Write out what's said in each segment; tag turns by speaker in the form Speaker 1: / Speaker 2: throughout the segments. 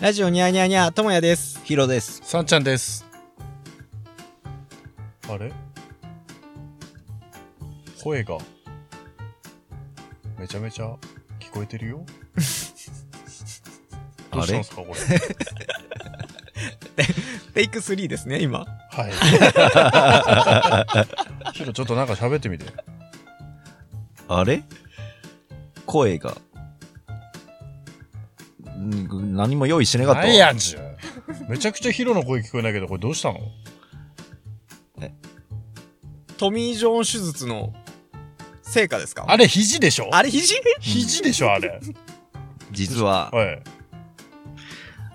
Speaker 1: ラジオニャーニャーニャーともやです
Speaker 2: ヒロです。
Speaker 3: さんちゃんです。あれ声が、めちゃめちゃ聞こえてる よ。どうしたんですか、これ。
Speaker 1: テイク3ですね今
Speaker 3: はい。ヒロ、ちょっとなんか喋ってみて。
Speaker 2: あれ声が。ん何も用意してなかったわ
Speaker 3: なんやんじゅ。めちゃくちゃヒロの声聞こえないけど、これどうしたの
Speaker 1: トミー・ジョーン手術の成果ですか
Speaker 3: あれ、肘でしょ
Speaker 1: あれ肘
Speaker 3: 肘でしょ、あれ。
Speaker 2: 実は、
Speaker 3: はい。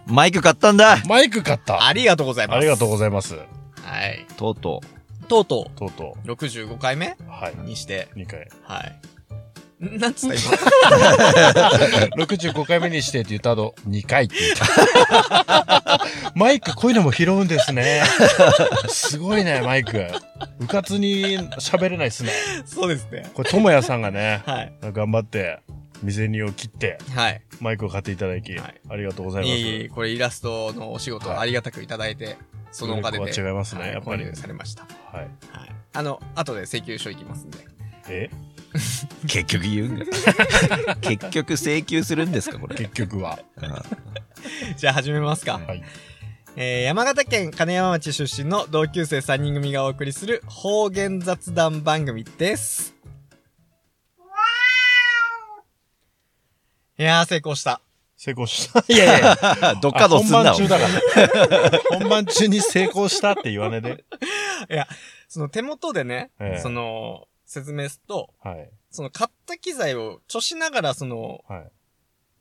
Speaker 2: マイク買ったんだ
Speaker 3: マイク買った。
Speaker 1: ありがとうございます
Speaker 3: ありがとうご
Speaker 1: ざい
Speaker 3: ざいます。
Speaker 1: ますはい
Speaker 2: とうと
Speaker 1: とうと
Speaker 3: とうと
Speaker 1: う65回目
Speaker 3: う。はい。
Speaker 1: にして
Speaker 3: 2回。
Speaker 1: はいんなんつった今
Speaker 3: 65回目にしてって言った後、2回って言った。マイク、こういうのも拾うんですね。すごいね、マイク。うかつに喋れないっすね。
Speaker 1: そうですね
Speaker 3: これ、ともやさんがね、
Speaker 1: はい
Speaker 3: 頑張って、未然にを切って、
Speaker 1: はい
Speaker 3: マイクを買っていただき、
Speaker 1: はい
Speaker 3: ありがとうござい
Speaker 1: い
Speaker 3: ます。
Speaker 1: えいえこれイラストのお仕事をありがたくいただいて、そのお金で
Speaker 3: 努力は違いますね
Speaker 1: は
Speaker 3: やっぱり
Speaker 1: 購入されました
Speaker 3: はい。
Speaker 1: はいあの後で請求書いきますんで
Speaker 3: え
Speaker 2: う。結局言うんだ。結局請求するんですかこれ。
Speaker 3: 結局は。
Speaker 1: じゃあ始めますか
Speaker 3: はい。
Speaker 1: えー山形県金山町出身の同級生3人組がお送りする方言雑談番組です。いやー、成功した。
Speaker 3: 成功した。いやいや
Speaker 2: あ どっかどっすんな
Speaker 3: 本番中だから。本番中に成功したって言わねえで。
Speaker 1: その手元でね、
Speaker 3: ええ
Speaker 1: その、説明すると、
Speaker 3: はい。
Speaker 1: その買った機材を著しながらその
Speaker 3: はい。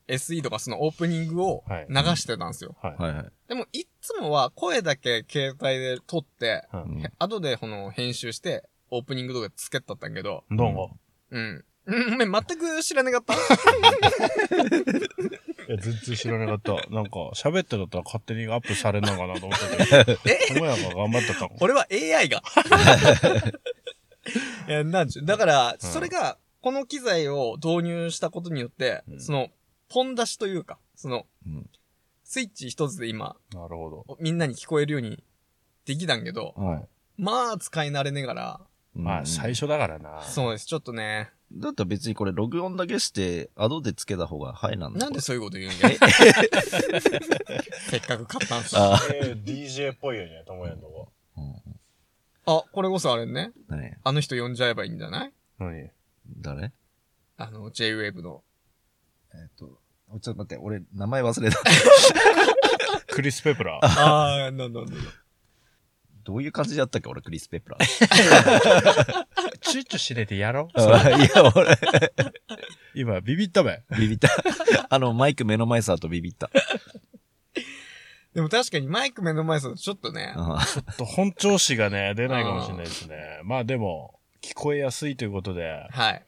Speaker 1: SE とかそのオープニングを
Speaker 3: はい
Speaker 1: 流してたんですよ。
Speaker 3: はい。
Speaker 2: はいはい。
Speaker 1: でもいっつもは声だけ携帯で撮って、
Speaker 3: は
Speaker 2: うん
Speaker 1: 後でこの編集してオープニング動画つけたったんやけど、
Speaker 3: い、どうも。
Speaker 1: うん。うん、お前全く知らなか った
Speaker 3: いや、全然知らなかった。なんか、喋ってだったら勝手にアップされんのかなと思った けど。えもやが頑張ってたの。
Speaker 1: 俺は AI が。いやなんちゅう。だから、
Speaker 3: うん
Speaker 1: それが、この機材を導入したことによって、
Speaker 2: うん
Speaker 1: その、ポン出しというか、その、
Speaker 2: うん
Speaker 1: スイッチ一つで今、
Speaker 3: なるほど。
Speaker 1: みんなに聞こえるようにできたんけど、
Speaker 3: はい。
Speaker 1: まあ、使い慣れねがら、
Speaker 3: まあ、最初だからな。
Speaker 1: そうです。ちょっとね、
Speaker 2: だったら別にこれ録音だけして、アドでつけた方が早いなんだ。
Speaker 1: なんで
Speaker 2: こ
Speaker 1: そういうこと言うんだよ。 せっかく買ったんす
Speaker 2: れ
Speaker 1: あ
Speaker 2: あ
Speaker 3: えー、DJ っぽいよね、ともやのと
Speaker 1: あ、これこそあれね、
Speaker 2: あ、ね
Speaker 1: あの人呼んじゃえばいいんじゃない
Speaker 3: こ。何
Speaker 2: 誰
Speaker 1: あの、J-Wave の。
Speaker 2: えっと、ちょっと待って、俺、名前忘れた。
Speaker 3: クリス・ペプラー。
Speaker 1: ああ、なんだなんだ。
Speaker 2: どういう感じだったっけ俺、クリス・ペプラー。
Speaker 3: チュッチュしれてやろう。
Speaker 2: あいや、俺、
Speaker 3: 今、ビビったべ。
Speaker 2: ビビった。 あの、マイク目の前さとビビった。
Speaker 1: でも確かにマイク目の前さ、ちょっとね、
Speaker 2: う
Speaker 3: ちょっと本調子がね、出ないかもしれないですね。まあでも、聞こえやすいということで、
Speaker 1: はい。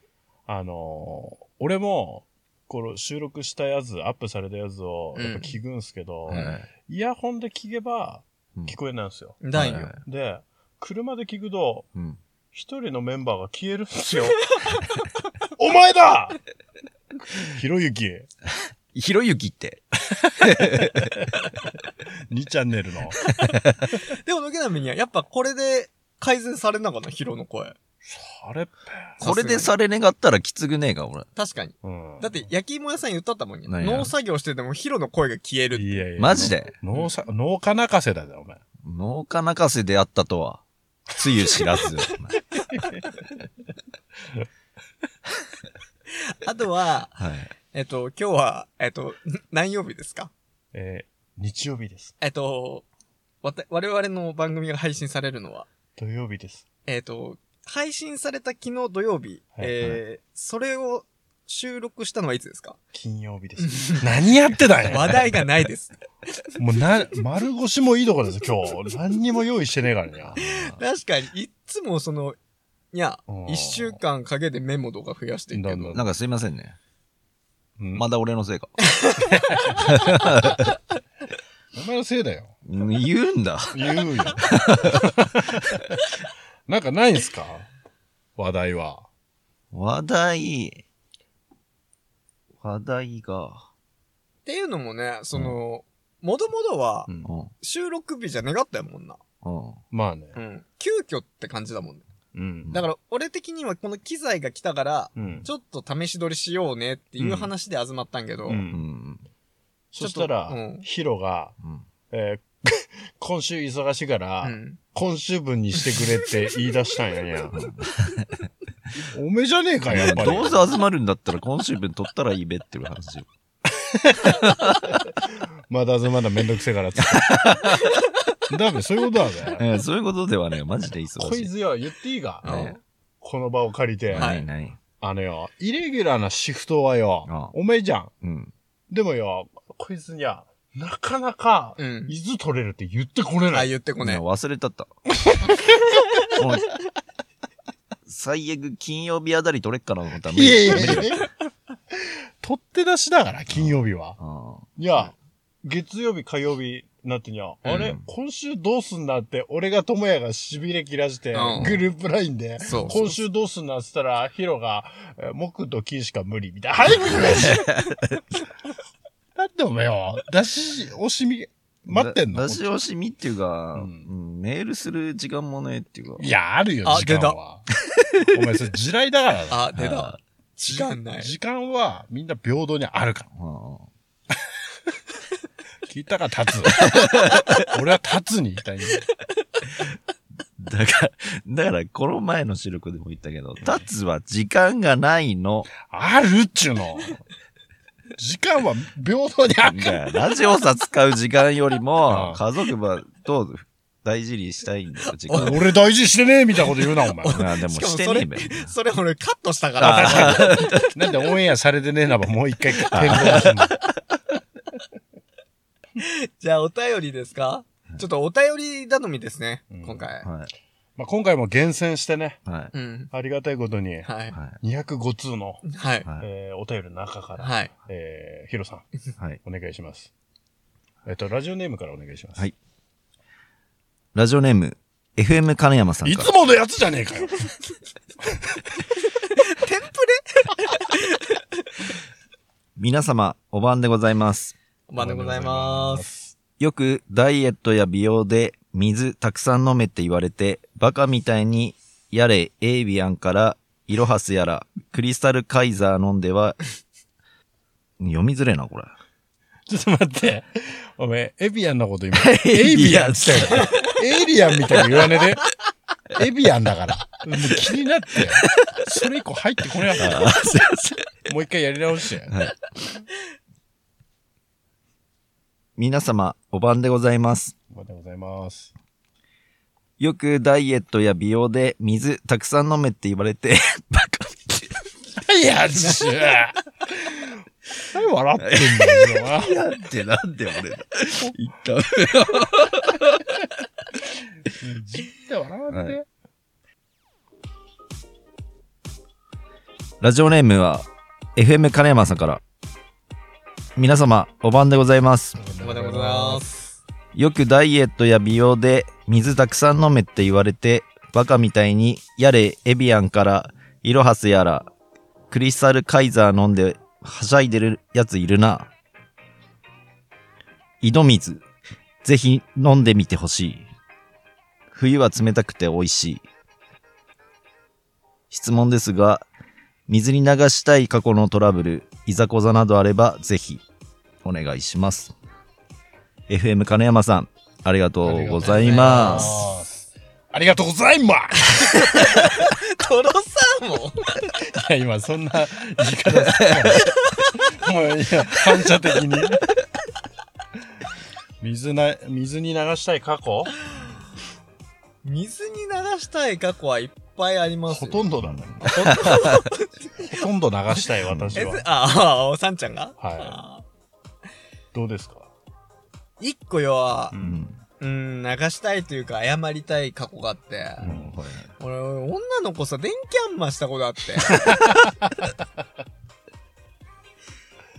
Speaker 3: あのー俺も、この収録したやつ、アップされたやつを、やっぱ聞くんすけど、
Speaker 1: うん
Speaker 2: ん
Speaker 1: は
Speaker 3: イヤホンで聞けば
Speaker 2: うん、
Speaker 3: 聞こえないんですよ。
Speaker 1: ないよ。
Speaker 2: はい
Speaker 3: で、車で聞くと、
Speaker 2: うん。
Speaker 3: 一人のメンバーが消えるんです よ。お前だ ひろゆき、
Speaker 2: ひろゆきって。
Speaker 3: 2チャンネルの。
Speaker 1: でも、のけなみには、やっぱこれで改善されなかった、ヒロの声。
Speaker 3: あれ
Speaker 2: これでされねがったらきつくねえか、俺。
Speaker 1: 確かに。
Speaker 3: うん。
Speaker 1: だって、焼き芋屋さん言ったったもんね。
Speaker 2: 何や
Speaker 1: 農作業しててもヒロの声が消える。
Speaker 3: いやいや。
Speaker 2: マジで。
Speaker 3: 農さ、農家泣かせだぜ、お前。
Speaker 2: 農家泣かせであったとは。つゆ知らず。
Speaker 1: あとは、
Speaker 2: はい。
Speaker 1: えっと、今日は、えっと、 ん何曜日ですか
Speaker 3: えー日曜日です。
Speaker 1: えっと、わた、我々の番組が配信されるのは、
Speaker 3: 土曜日です。
Speaker 1: えっと、配信された昨日土曜日、
Speaker 3: はい
Speaker 1: えー、それを収録したのはいつです か
Speaker 3: 金曜日です。何やってたんや
Speaker 1: 話題がないです。
Speaker 3: もうな、丸腰もいいとこです、今日。何にも用意してねえから ね。
Speaker 1: 確かに、いっつもその、いや
Speaker 3: うん、
Speaker 1: 一週間陰でメモとか増やしていくけ
Speaker 3: ど
Speaker 1: ど
Speaker 3: ん、
Speaker 2: なんかすいませんね。
Speaker 3: うん
Speaker 2: まだ俺のせいか。
Speaker 3: お前のせいだよ。
Speaker 2: うん言うんだ。
Speaker 3: 言 うよ。なんかないんすか話題は。
Speaker 2: 話題。話題が。
Speaker 1: っていうのもね、その、もともとは
Speaker 3: うん
Speaker 2: うん。
Speaker 1: 収録日じゃ願ったやもんな。
Speaker 2: うん。
Speaker 3: まあね。
Speaker 1: うん。急遽って感じだもんね。
Speaker 3: うん。
Speaker 1: だから俺的にはこの機材が来たから、
Speaker 3: うん。
Speaker 1: ちょっと試し撮りしようねっていう話で集まったんけど、
Speaker 3: う
Speaker 2: うんん。
Speaker 3: そしたら、
Speaker 1: うん
Speaker 3: ヒロが、
Speaker 2: うん。
Speaker 3: えー 今週忙しいから、
Speaker 1: うん
Speaker 3: 今週分にしてくれって言い出したんやね。 おめえじゃねえか、やっぱり。
Speaker 2: どうせ集まるんだったら今週分取ったらいいべっていう話よ。
Speaker 3: まだまだめんどくせえからっつ って。だめ、そういうことだね。
Speaker 2: えーそういうことではね、マジで忙
Speaker 3: こ
Speaker 2: し
Speaker 3: い
Speaker 2: い。
Speaker 3: つよ、言っていいか、
Speaker 1: うん
Speaker 2: ね
Speaker 3: この場を借りて、
Speaker 1: はい
Speaker 2: ないない。
Speaker 3: あのよ、イレギュラーなシフトはよ、
Speaker 2: ああ
Speaker 3: おめえじゃん。
Speaker 2: うん。
Speaker 3: でもよ、こいつには、なかなか、
Speaker 1: うん。
Speaker 3: 伊豆取れるって言ってこれな
Speaker 1: あ、
Speaker 3: い。
Speaker 1: 言ってこ
Speaker 2: いや
Speaker 1: ね。
Speaker 2: 忘れた った。もう最悪金曜日あたり取れっかなと思ったら無
Speaker 3: い
Speaker 2: 理
Speaker 3: やいや
Speaker 2: 無理
Speaker 3: いや。 取って出しだから、金曜日は。
Speaker 2: ああ
Speaker 3: いや、月曜日、火曜日なってにゃ、あれ、今週どうすんだって、俺が智也が痺れ切らして、
Speaker 1: うん
Speaker 3: グループラインで、
Speaker 1: そう
Speaker 3: 今週どうすんだって言ったら、ヒロが、えー木と金しか無理、みたいな。早く言えだってお前よ、出し惜しみ、待ってんの
Speaker 2: だ出し惜しみっていうか、
Speaker 3: うん
Speaker 2: うんメールする時間もねっていうか。
Speaker 3: いや、あるよ、
Speaker 1: あ
Speaker 3: 時間は。お前、それ地雷だからな。
Speaker 1: あ、出
Speaker 2: あ
Speaker 1: た。 時間ない。
Speaker 3: 時間はみんな平等にあるから。
Speaker 2: うん
Speaker 3: 聞いたから 立つ。俺は立つに言いたいんだよ。
Speaker 2: だから、だから、この前の収録でも言ったけど、タツは時間がな いの。
Speaker 3: あるっちゅうの。時間は平等にある。
Speaker 2: だからラジオさ使う時間より
Speaker 3: あ
Speaker 2: も
Speaker 3: あ、
Speaker 2: 家族はどう大事にしたいんだよ、時間。
Speaker 3: 俺大事にしてねえみたいなこと言うな、お前。
Speaker 2: ああでも
Speaker 1: しかも
Speaker 2: して
Speaker 1: そ
Speaker 2: ね
Speaker 1: れ
Speaker 2: えべ。、
Speaker 1: それ俺カットしたから。
Speaker 2: ああ
Speaker 3: なんでオンエアされてねえならもう一回転校すんの。
Speaker 1: じゃあお便りですかちょっとお便り頼みですね、
Speaker 3: うん
Speaker 1: 今 回。
Speaker 2: は
Speaker 3: まあ今回も厳選してね、
Speaker 2: い。はい。
Speaker 1: うん。
Speaker 3: ありがたいことに、
Speaker 1: はい。
Speaker 2: は
Speaker 3: 205通の、
Speaker 1: はい。はい
Speaker 2: い。。はい。
Speaker 3: えーお便りの中から、
Speaker 1: はい
Speaker 3: えー、ヒロさん、
Speaker 2: はい。
Speaker 3: お願いします。えっと、ラジオネームからお願いします。
Speaker 2: はいラジオネーム、FM 金山さん
Speaker 3: い
Speaker 2: か
Speaker 3: つものやつじゃねえかよ。
Speaker 1: テンプレ
Speaker 2: 皆様、お晩でございます。
Speaker 1: おまでございます。
Speaker 2: よくダイエットや美容で水たくさん飲めって言われて、バカみたいにやれエイビアンからイロハスやらクリスタルカイザー飲んでは、読みづれえな、これ。
Speaker 3: ちょっと待って。おめえ、エビアンのこと今、 エ
Speaker 2: エ
Speaker 3: イビ
Speaker 2: ビ
Speaker 3: ア
Speaker 2: ア
Speaker 3: ン
Speaker 2: ン
Speaker 3: って言ったよ。エイリアンみたいに言わねで。エビアンだから。もう気になって。それ以降入ってこれなかった。もう一回やり直して。
Speaker 2: 皆様、お晩でございます。
Speaker 3: おめでとうございます。
Speaker 2: よくダイエットや美容で水たくさん飲めって言われて、 バカみたい
Speaker 3: いや、ちゅう何笑ってんだよ。今
Speaker 2: にやってなんで俺だ。一旦
Speaker 3: じって笑わんで。
Speaker 2: ラジオネームは FM 金山さんから。皆様、お晩でございます。
Speaker 1: おまでございます。
Speaker 2: よくダイエットや美容で水たくさん飲めって言われて、バカみたいに、やれエビアンから、イロハスやら、クリスタルカイザー飲んで、はしゃいでるやついるな。井戸水、ぜひ飲んでみてほしい。冬は冷たくて美味しい。質問ですが、水に流したい過去のトラブル、いざこざなどあれば、ぜひ、お願いします。FM 金山さん、ありがとうございます。
Speaker 3: ありがとうございます。
Speaker 1: トロサーモン
Speaker 3: いや、今そんな言い方するからもういや、反射的に。水な、水に流したい過去
Speaker 1: 水に流したい過去はいっぱいあります
Speaker 3: ほ
Speaker 1: よ。
Speaker 3: とんどだね。ほとんど流したい私
Speaker 1: え、
Speaker 3: は
Speaker 1: ず。ああ、さんちゃんが
Speaker 3: はい
Speaker 1: あ
Speaker 3: どうですか
Speaker 1: ー一個よは
Speaker 3: う、。
Speaker 2: うんん
Speaker 1: うん、流したいというか謝りたい過去があって。
Speaker 3: うん
Speaker 1: 俺、女の子さ、電気あんましたことあ って。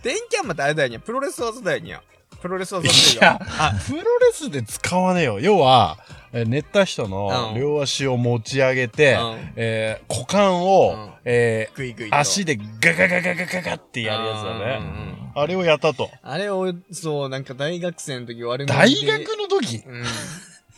Speaker 1: 電気あんまってあれだよにゃ。プロレス技だよにゃ。プロレス技だよにゃ。あ、
Speaker 3: プロレスで使わねえよ。要は、えー寝た人の
Speaker 1: うん
Speaker 3: 両足を持ち上げて、
Speaker 1: うん
Speaker 3: えー股間を、
Speaker 1: うん
Speaker 3: え
Speaker 1: グイグイ
Speaker 3: ー
Speaker 1: と
Speaker 3: 足でガガガガガガガってやるやつだ
Speaker 1: うんうん
Speaker 3: ね。
Speaker 1: うん
Speaker 3: あれをやったと。
Speaker 1: あれを、そう、なんか大学生の時悪者
Speaker 3: 大
Speaker 1: で
Speaker 3: 学の時
Speaker 1: うん。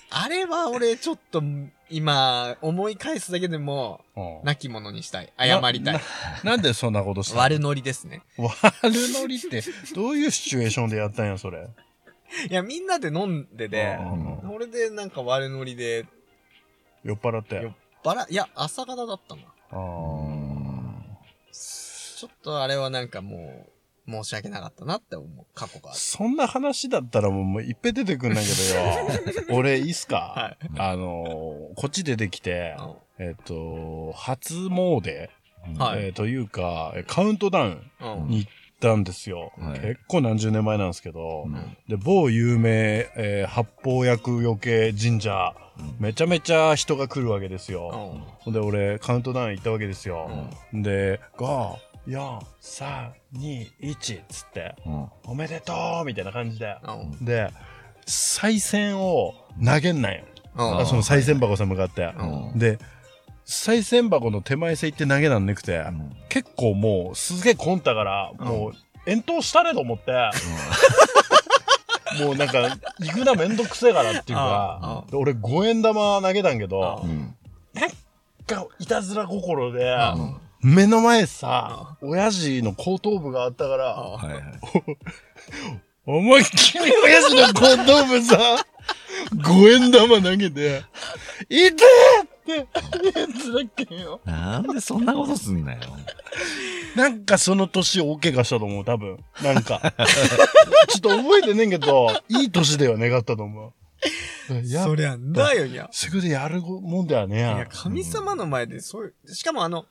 Speaker 1: あれは俺ちょっと今、思い返すだけでも、
Speaker 3: うん
Speaker 1: 亡き者にしたい。謝りたい
Speaker 3: な。なんでそんなことしたの
Speaker 1: 悪ノリですね。
Speaker 3: 悪ノリって、どういうシチュエーションでやったんや、それ。
Speaker 1: いや、みんなで飲んでて
Speaker 3: う、んうん
Speaker 1: それでなんか悪ノリで、
Speaker 3: 酔っ払って
Speaker 1: 酔っ。バラ、いや、朝方だったな。
Speaker 3: あー
Speaker 1: ちょっとあれはなんかもう、申し訳なかったなって思う過去がある。
Speaker 3: そんな話だったらもうもういっぺん出てくんないけ どよ。俺、いいっすか、
Speaker 1: はい
Speaker 3: あのーこっち出てきて
Speaker 1: あ、の
Speaker 3: えっ、と、初詣、
Speaker 1: はい
Speaker 3: えーというか、えカウントダウン
Speaker 1: うん。
Speaker 3: に行ったんですよ。
Speaker 2: はい
Speaker 3: 結構何十年前なんですけど、
Speaker 2: うん
Speaker 3: で、某有名、えー八方薬余計神社、
Speaker 2: うん
Speaker 3: めちゃめちゃ人が来るわけですよ。
Speaker 1: うん
Speaker 3: ほんで俺カウントダウン行ったわけですよ、で54321っつって
Speaker 2: うん
Speaker 3: 「おめでとう!」みたいな感じで
Speaker 1: うん
Speaker 3: で賽銭を投げんなよ
Speaker 1: うん
Speaker 2: あ
Speaker 3: その賽銭箱さ向かって、
Speaker 2: うん
Speaker 3: で賽銭箱の手前線行って投げなんねくて、
Speaker 2: うん
Speaker 3: 結構もうすげえ混んだからもう遠投したねと思って、もうなんか行くなめんどくせえからっていうか
Speaker 1: うん
Speaker 3: で俺5円玉投げたんけど
Speaker 1: う
Speaker 2: うん
Speaker 3: がいたずら心で、
Speaker 1: うん
Speaker 3: 目の前さ、親父の後頭部があったから、
Speaker 1: うん
Speaker 2: はいはい。
Speaker 3: 思いっきり親父の後頭部さ、5円玉投げて、痛えって言つだっけんよ。
Speaker 2: なんでそんなことすんなよ。
Speaker 3: なんかその年大怪我したと思う、多分。なんか。 ちょっと覚えてねえけど、いい年では願ったと思う。いや
Speaker 1: そ、りゃんだよ、いや。
Speaker 3: すぐでやるもんだよね
Speaker 1: いや、神様の前でそういう、しかもあの、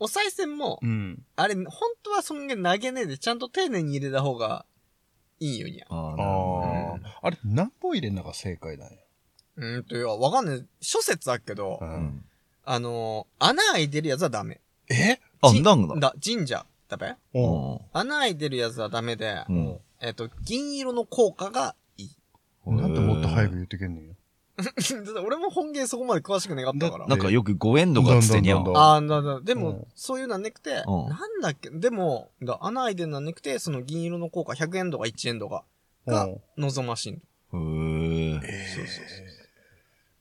Speaker 1: お賽銭も、
Speaker 3: うん。
Speaker 1: あれ、本当はそんげ投げねえで、ちゃんと丁寧に入れた方がいいよにゃ。
Speaker 2: ああ、
Speaker 3: あ
Speaker 2: なる
Speaker 3: あ
Speaker 2: ほ
Speaker 3: ー。あれ、何本入れんのが正解だね。
Speaker 1: うーんと、いや、わかんない。諸説あっけど、
Speaker 3: う
Speaker 2: どね。
Speaker 1: あのー穴開いてるやつはダメ。
Speaker 3: え
Speaker 2: うん
Speaker 1: じ
Speaker 2: あ、なんだ。
Speaker 1: だ、神社、ダメ
Speaker 3: うん。
Speaker 1: 穴開いてるやつはダメで、
Speaker 2: うん。
Speaker 1: えっ、と、銀色の効果がいい。
Speaker 3: なんでもっと早く言ってけんねんよ。
Speaker 1: だって俺も本芸そこまで詳しく願ったから。
Speaker 2: なんかよくご縁とかっつってにゃ
Speaker 3: どんどんどんどん
Speaker 2: ん。
Speaker 1: ああ、だだ、で
Speaker 3: うん
Speaker 1: も、そういうのはなくて、
Speaker 2: うん
Speaker 1: なんだっけ、でも、だ穴開いてるのはなくて、その銀色の効果100円とか1円とかが
Speaker 3: うん
Speaker 1: 望ましいの。
Speaker 2: へえ。
Speaker 1: そうそうそう。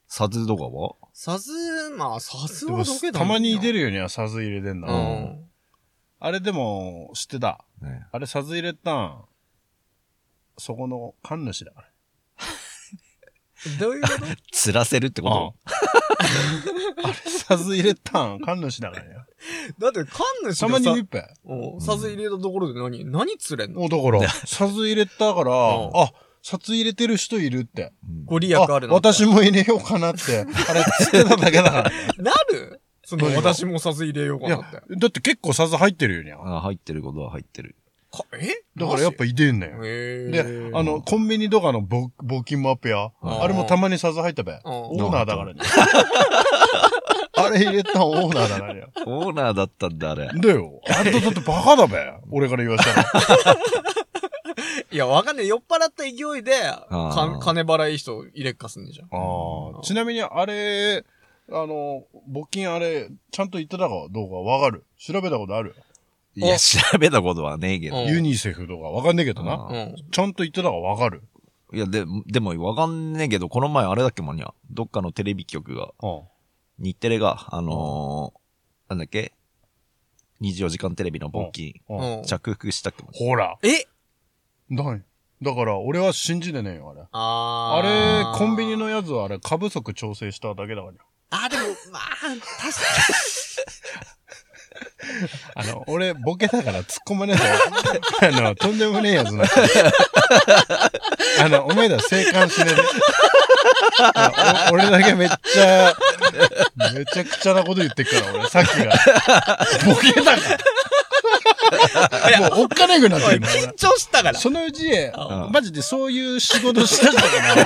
Speaker 2: サズとかは
Speaker 1: さず、まあ、さず
Speaker 3: で
Speaker 1: は
Speaker 3: も
Speaker 1: どけだ
Speaker 3: たまに出
Speaker 1: る。
Speaker 3: るようにはサズ入れてん
Speaker 1: う
Speaker 3: な。
Speaker 1: ん。
Speaker 3: あれでも、知ってた。
Speaker 2: ね
Speaker 3: あれサズ入れたん、そこの神主だから。
Speaker 1: どういうこと
Speaker 2: 釣らせるってこ
Speaker 3: あれサズ入れたん、神主だから よ。
Speaker 1: だって、神主
Speaker 3: たま
Speaker 1: が
Speaker 3: に
Speaker 1: さ
Speaker 3: 見っ、ぺ。
Speaker 1: うんさず入れたところで何何釣れんの
Speaker 3: お、だから、サズ入れたから、
Speaker 1: うん
Speaker 3: あ、札入れてる人いるって。
Speaker 2: とうん
Speaker 1: ご利益
Speaker 3: あ
Speaker 1: あるな。
Speaker 3: 私も入れようか なって。あれ、知ってただけだから。
Speaker 1: なるその、
Speaker 3: 何が
Speaker 1: 私もさず入れようか
Speaker 3: い
Speaker 1: な
Speaker 3: や
Speaker 1: って。、
Speaker 3: だって結構サズ入ってるよにゃ。
Speaker 2: あ入ってることは入ってる。
Speaker 1: かえ
Speaker 3: だからやっぱ
Speaker 1: マ
Speaker 3: いでんね
Speaker 1: ジ
Speaker 3: ん。
Speaker 1: へ
Speaker 3: で
Speaker 1: え。、
Speaker 3: あの、コンビニとかの募募金もアップや。
Speaker 2: うん
Speaker 3: あれもたまにサズ入ったべ。
Speaker 1: うん
Speaker 3: オーナー だからね。あれ入れたんオーナーだからよ。
Speaker 2: オーナーだったんだ、あれ。
Speaker 3: だよ。あんただってバカだべ。俺から言わしたら。
Speaker 1: いや、わかんない。酔っ払った勢いで、
Speaker 2: あ
Speaker 1: か
Speaker 2: ー
Speaker 1: 金払い人入れっかすんでじゃん。
Speaker 3: ああ。ちなみにあれ、あの、募金あれ、ちゃんと言ってたかどうかわかる。調べたことある。
Speaker 2: いや、調べたことはねえけど
Speaker 1: うん。
Speaker 3: ユニセフとかわかんねえけどな。
Speaker 1: う。
Speaker 2: うん
Speaker 3: ちゃんと言ってたかわかる。
Speaker 2: いや、で、でもわかんねえけど、この前あれだっけもんにゃ。どっかのテレビ局が、
Speaker 3: うん。
Speaker 2: 日テレが、あのー、なんだっけ ?24 時間テレビの募金、
Speaker 3: うん。
Speaker 1: うん
Speaker 2: 着服したっけもん。
Speaker 3: ほら。
Speaker 1: え
Speaker 3: だいだから、俺は信じてねえよ、あれ。
Speaker 1: あー
Speaker 3: あれ、コンビニのやつはあれ、過不足調整しただけだからよ。
Speaker 1: あ、でも、まあ、確か
Speaker 3: あの、俺、ボケだから突っ込まねえ ぞ。あの、とんでもねえやつな。あの、お前ら生還しねえであお俺だけめっちゃ、めちゃくちゃなこと言ってっから、俺、さっきが。ボケだから。もう、おっかねえくな ってる
Speaker 1: に。
Speaker 3: の。
Speaker 1: 緊張したから。
Speaker 3: そのうち、
Speaker 1: あ
Speaker 3: マジでそういう仕事した人が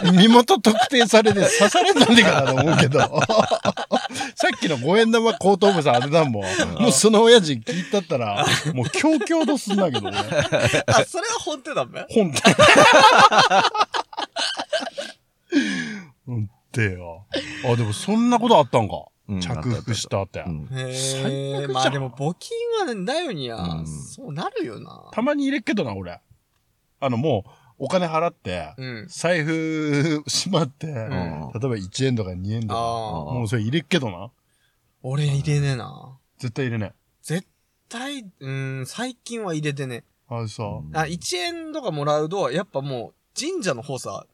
Speaker 3: な、身元特定されて刺されたんでかなと思うけど、さ っきの五円玉後頭部さん当てたんも、もうその親父聞いたったら、もう強々とすんだけどね。
Speaker 1: あ、それは本当だめ
Speaker 3: 本当に。ってよ。あ、でもそんなことあったんか。
Speaker 2: うん
Speaker 3: 着服したって。
Speaker 2: うん
Speaker 1: へ
Speaker 3: 最
Speaker 1: え、
Speaker 3: 悪じゃん
Speaker 1: まあでも募金はだよにゃ、
Speaker 2: うん
Speaker 1: そうなるよな。
Speaker 3: たまに入れっけどな、俺。あの、もう、お金払って、
Speaker 1: うん。
Speaker 3: 財布しまって、例えば
Speaker 2: ん
Speaker 3: 1円とか2円とか、
Speaker 1: ああ。
Speaker 3: もうそれ入れっけどな。
Speaker 1: 俺入れねえな。
Speaker 3: 絶対入れない。
Speaker 1: 絶対、うん、最近は入れてね。
Speaker 3: あれさ、
Speaker 1: あ、1円とかもらうと、やっぱもう、神社の方さ、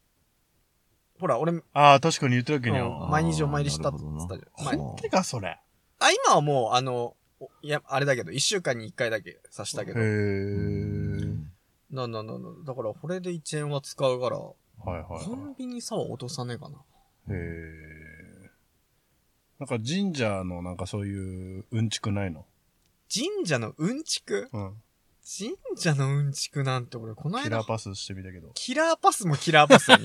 Speaker 1: ほら、俺、うん
Speaker 3: ああ、確かに言ってるわけにゃ。
Speaker 2: ん
Speaker 1: 毎日お参りしたって言ってたじゃん。ま
Speaker 2: ほん
Speaker 3: てか、それ。
Speaker 1: あ、あ今はもう、あの、おいや、あれだけど、1週間に1回だけさした
Speaker 3: へ
Speaker 1: けど。
Speaker 3: え。
Speaker 1: なんなんなんなんだから、これで1円は使うから、
Speaker 3: はいはいはい。
Speaker 1: コンビニさは落とさねえかな。
Speaker 3: へえ。なんか神社のなんかそういううんちくないの
Speaker 1: 神社のうんちく
Speaker 3: うん。
Speaker 1: 神社のうんちくなんて俺、この
Speaker 3: キ
Speaker 1: 間
Speaker 3: ラー、パスしてみたけど。
Speaker 1: キラーパスもキラーパスに。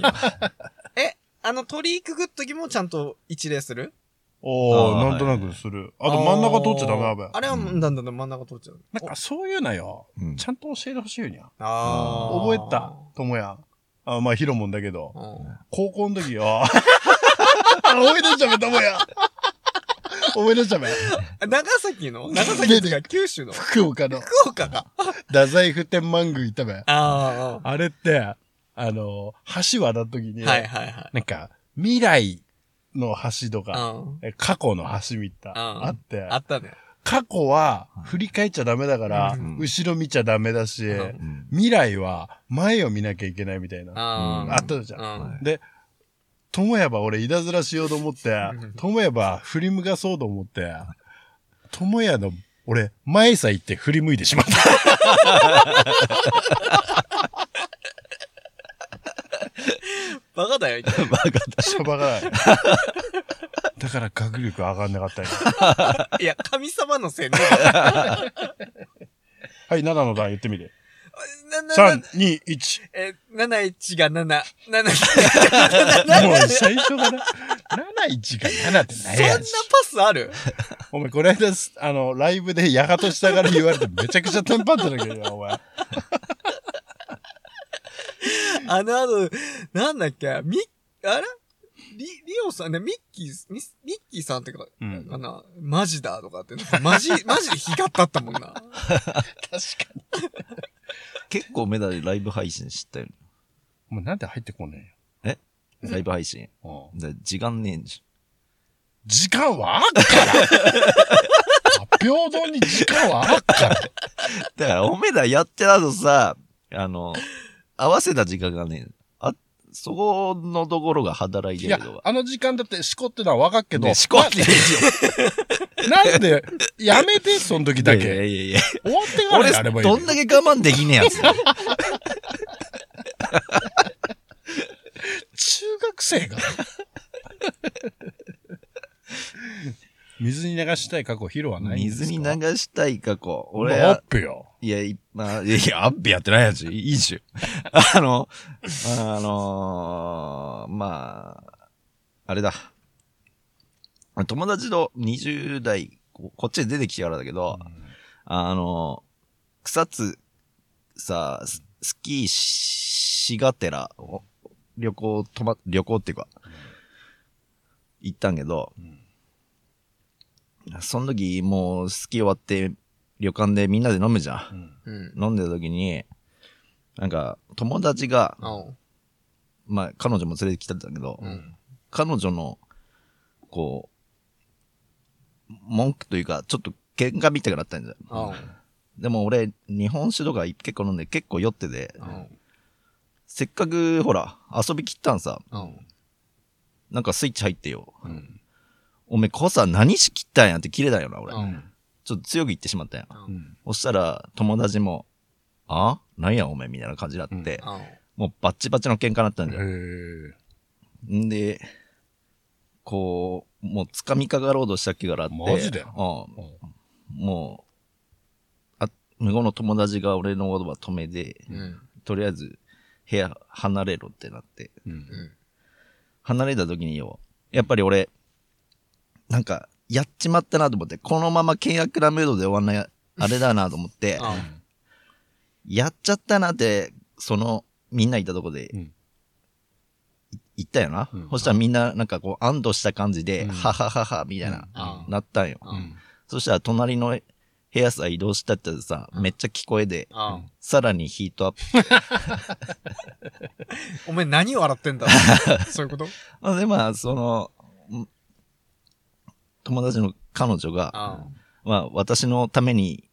Speaker 1: え、あの、鳥居くぐっときもちゃんと一礼する
Speaker 3: お
Speaker 2: あ
Speaker 3: ー、
Speaker 2: ー
Speaker 3: なんとなくする。あと真ん中通っちゃダメ、やべ。
Speaker 1: あれは、なんだんだ真ん中通っちゃう。
Speaker 3: なんかそういうのよ。
Speaker 2: うん
Speaker 3: ちゃんと教えてほしいよにゃ。
Speaker 1: あ
Speaker 3: 覚えた、ともや。あ、まあ、ヒロモンだけど。
Speaker 1: うん
Speaker 3: 高校の時よ。 思い出しちゃめ、ともや。思い出しちゃめ。
Speaker 1: 長崎の長崎っていうか九 州の福
Speaker 3: 福岡の、
Speaker 1: 岡か。
Speaker 3: 太宰府天満宮行ったべ。
Speaker 1: あ
Speaker 3: あれって、あの、橋渡った時に、
Speaker 1: あ、はいはいはい。
Speaker 3: なんか、未来の橋とか、
Speaker 1: うん。
Speaker 3: え過去の橋みたい
Speaker 1: うん
Speaker 3: あって
Speaker 1: あ、ったね。
Speaker 3: 過去は振り返っちゃダメだから、
Speaker 1: うん
Speaker 3: 後ろ見ちゃダメだし、
Speaker 1: うん
Speaker 2: うん
Speaker 3: 未来は前を見なきゃいけないみたいな。
Speaker 1: あ
Speaker 3: あったじゃん。
Speaker 1: ん。うん
Speaker 3: で、ともやば俺いたずらしようと思って
Speaker 1: うん、
Speaker 3: ともやば振り向かそうと思って、ともやの俺前さ行って振り向いてしまった。
Speaker 1: バカだよ、
Speaker 3: しょばがない。だから学力上がんなかったよ。
Speaker 1: いや、神様の せいね。
Speaker 3: はい、7の段言ってみて。
Speaker 1: な、な、な
Speaker 3: 3、、2、1。
Speaker 1: え、71が7、7、
Speaker 3: もう最初から、71か7って
Speaker 1: そ
Speaker 3: 何
Speaker 1: んな
Speaker 3: や
Speaker 1: パスある
Speaker 3: お前、この間、すあの、ライブで、やがと下から言われて、めちゃくちゃテンパってるけどよ、お前。
Speaker 1: あの後、なんだっけ、み、あれリ、リオさんね、ミッキー、ミスミッキーさんってか、
Speaker 3: うん
Speaker 1: かな、マジだとかって、マ ジ、マジで光ったったもんな。
Speaker 3: 確かに。
Speaker 2: 結構メダでライブ配信したよね。
Speaker 3: お前、なんで入ってこね
Speaker 2: えライブ配信。
Speaker 3: えよ。
Speaker 2: だ時間ねえんじ
Speaker 3: 時間はあっから。平等に時間はあっから。
Speaker 2: ゃん。だから、おめだやってたとさ、あの、合わせた時間がねえ。あ、そこのところが働い
Speaker 3: い
Speaker 2: てる
Speaker 3: や
Speaker 2: けど、。
Speaker 3: あの時間だって、しこってのはわかっけど、
Speaker 2: ねしこってね
Speaker 3: ななんで、やめて、その時だ
Speaker 2: いやいや
Speaker 3: け。
Speaker 2: いやいや。
Speaker 3: 終わってから
Speaker 2: 俺
Speaker 3: やればいいの
Speaker 2: ど
Speaker 3: よ。
Speaker 2: んだけ我慢できねえやつ。
Speaker 3: 中学生が。水に流したい過去、ヒロはないんですか
Speaker 2: 水に流したい過去。
Speaker 3: 俺
Speaker 2: 俺
Speaker 3: アッ
Speaker 2: は、
Speaker 3: プよ。
Speaker 2: いや、いまあ、いやいや、アップやってないやつ、いいいしゅ。 あの、あのーまあ、あれだ。友達と20代、ここっちで出てきてからだけど、あのー草津、さ、ススキーしがてら、お旅行、とま、旅行っていうか、行ったんけど、
Speaker 3: ん
Speaker 2: その時、もう、スキー終わって、旅館でみんなで飲むじゃん
Speaker 3: うん
Speaker 1: うん。
Speaker 2: 飲んでた時に、なんか、友達が、
Speaker 1: あお
Speaker 2: まあ、彼女も連れてきたんだけど、
Speaker 1: うん。
Speaker 2: 彼女の、こう、文句というか、ちょっと喧嘩みたいなのがあったんだよ。
Speaker 1: あお
Speaker 2: でも俺、日本酒とか結構飲んで結構酔ってて、
Speaker 1: あ
Speaker 2: せっかく、ほら、遊び切ったんさ、
Speaker 1: おあお
Speaker 2: なんかスイッチ入ってよ。
Speaker 3: うん
Speaker 2: おめえ、こさ、何し切ったんやって切れたんよな、俺。
Speaker 1: あお
Speaker 2: ちょっと強く言ってしまったんや。
Speaker 1: あ
Speaker 3: うん
Speaker 2: そしたら、友達も、あなんや、おめえ、みたいな感じになって、
Speaker 1: あお
Speaker 2: もうバッチバチの喧嘩になったん
Speaker 3: へ
Speaker 2: だよ。
Speaker 3: え。
Speaker 2: んで、こう、もう掴みかかろうとしたっけからあって。
Speaker 3: マジで
Speaker 2: うん。もう、あ、向こうの友達が俺の言葉止めて、
Speaker 1: うん。
Speaker 2: とりあえず部屋離れろってなって。
Speaker 3: うん
Speaker 1: うん。
Speaker 2: 離れた時によ、やっぱり俺、なんか、やっちまったなと思って、このまま険悪なムードで終わんない、あれだなと思って、
Speaker 1: あ
Speaker 2: やっちゃったなって、その、みんないたとこで、
Speaker 3: うん
Speaker 2: い行ったよな。
Speaker 3: うん
Speaker 2: そしたらみんな、なんかこう、安堵した感じで、
Speaker 3: うん
Speaker 2: はははは、みたいな、
Speaker 1: あ
Speaker 2: なったんよ。
Speaker 1: あ
Speaker 2: そしたら隣の部屋さ、移動したってさ、
Speaker 1: うん
Speaker 2: めっちゃ聞こえで、
Speaker 1: あ
Speaker 2: さらにヒートアップ。
Speaker 1: お前何笑ってん だそういうこと
Speaker 2: あで、まあ、その、ん友達の彼女が、
Speaker 1: あ
Speaker 2: まあ、私のために、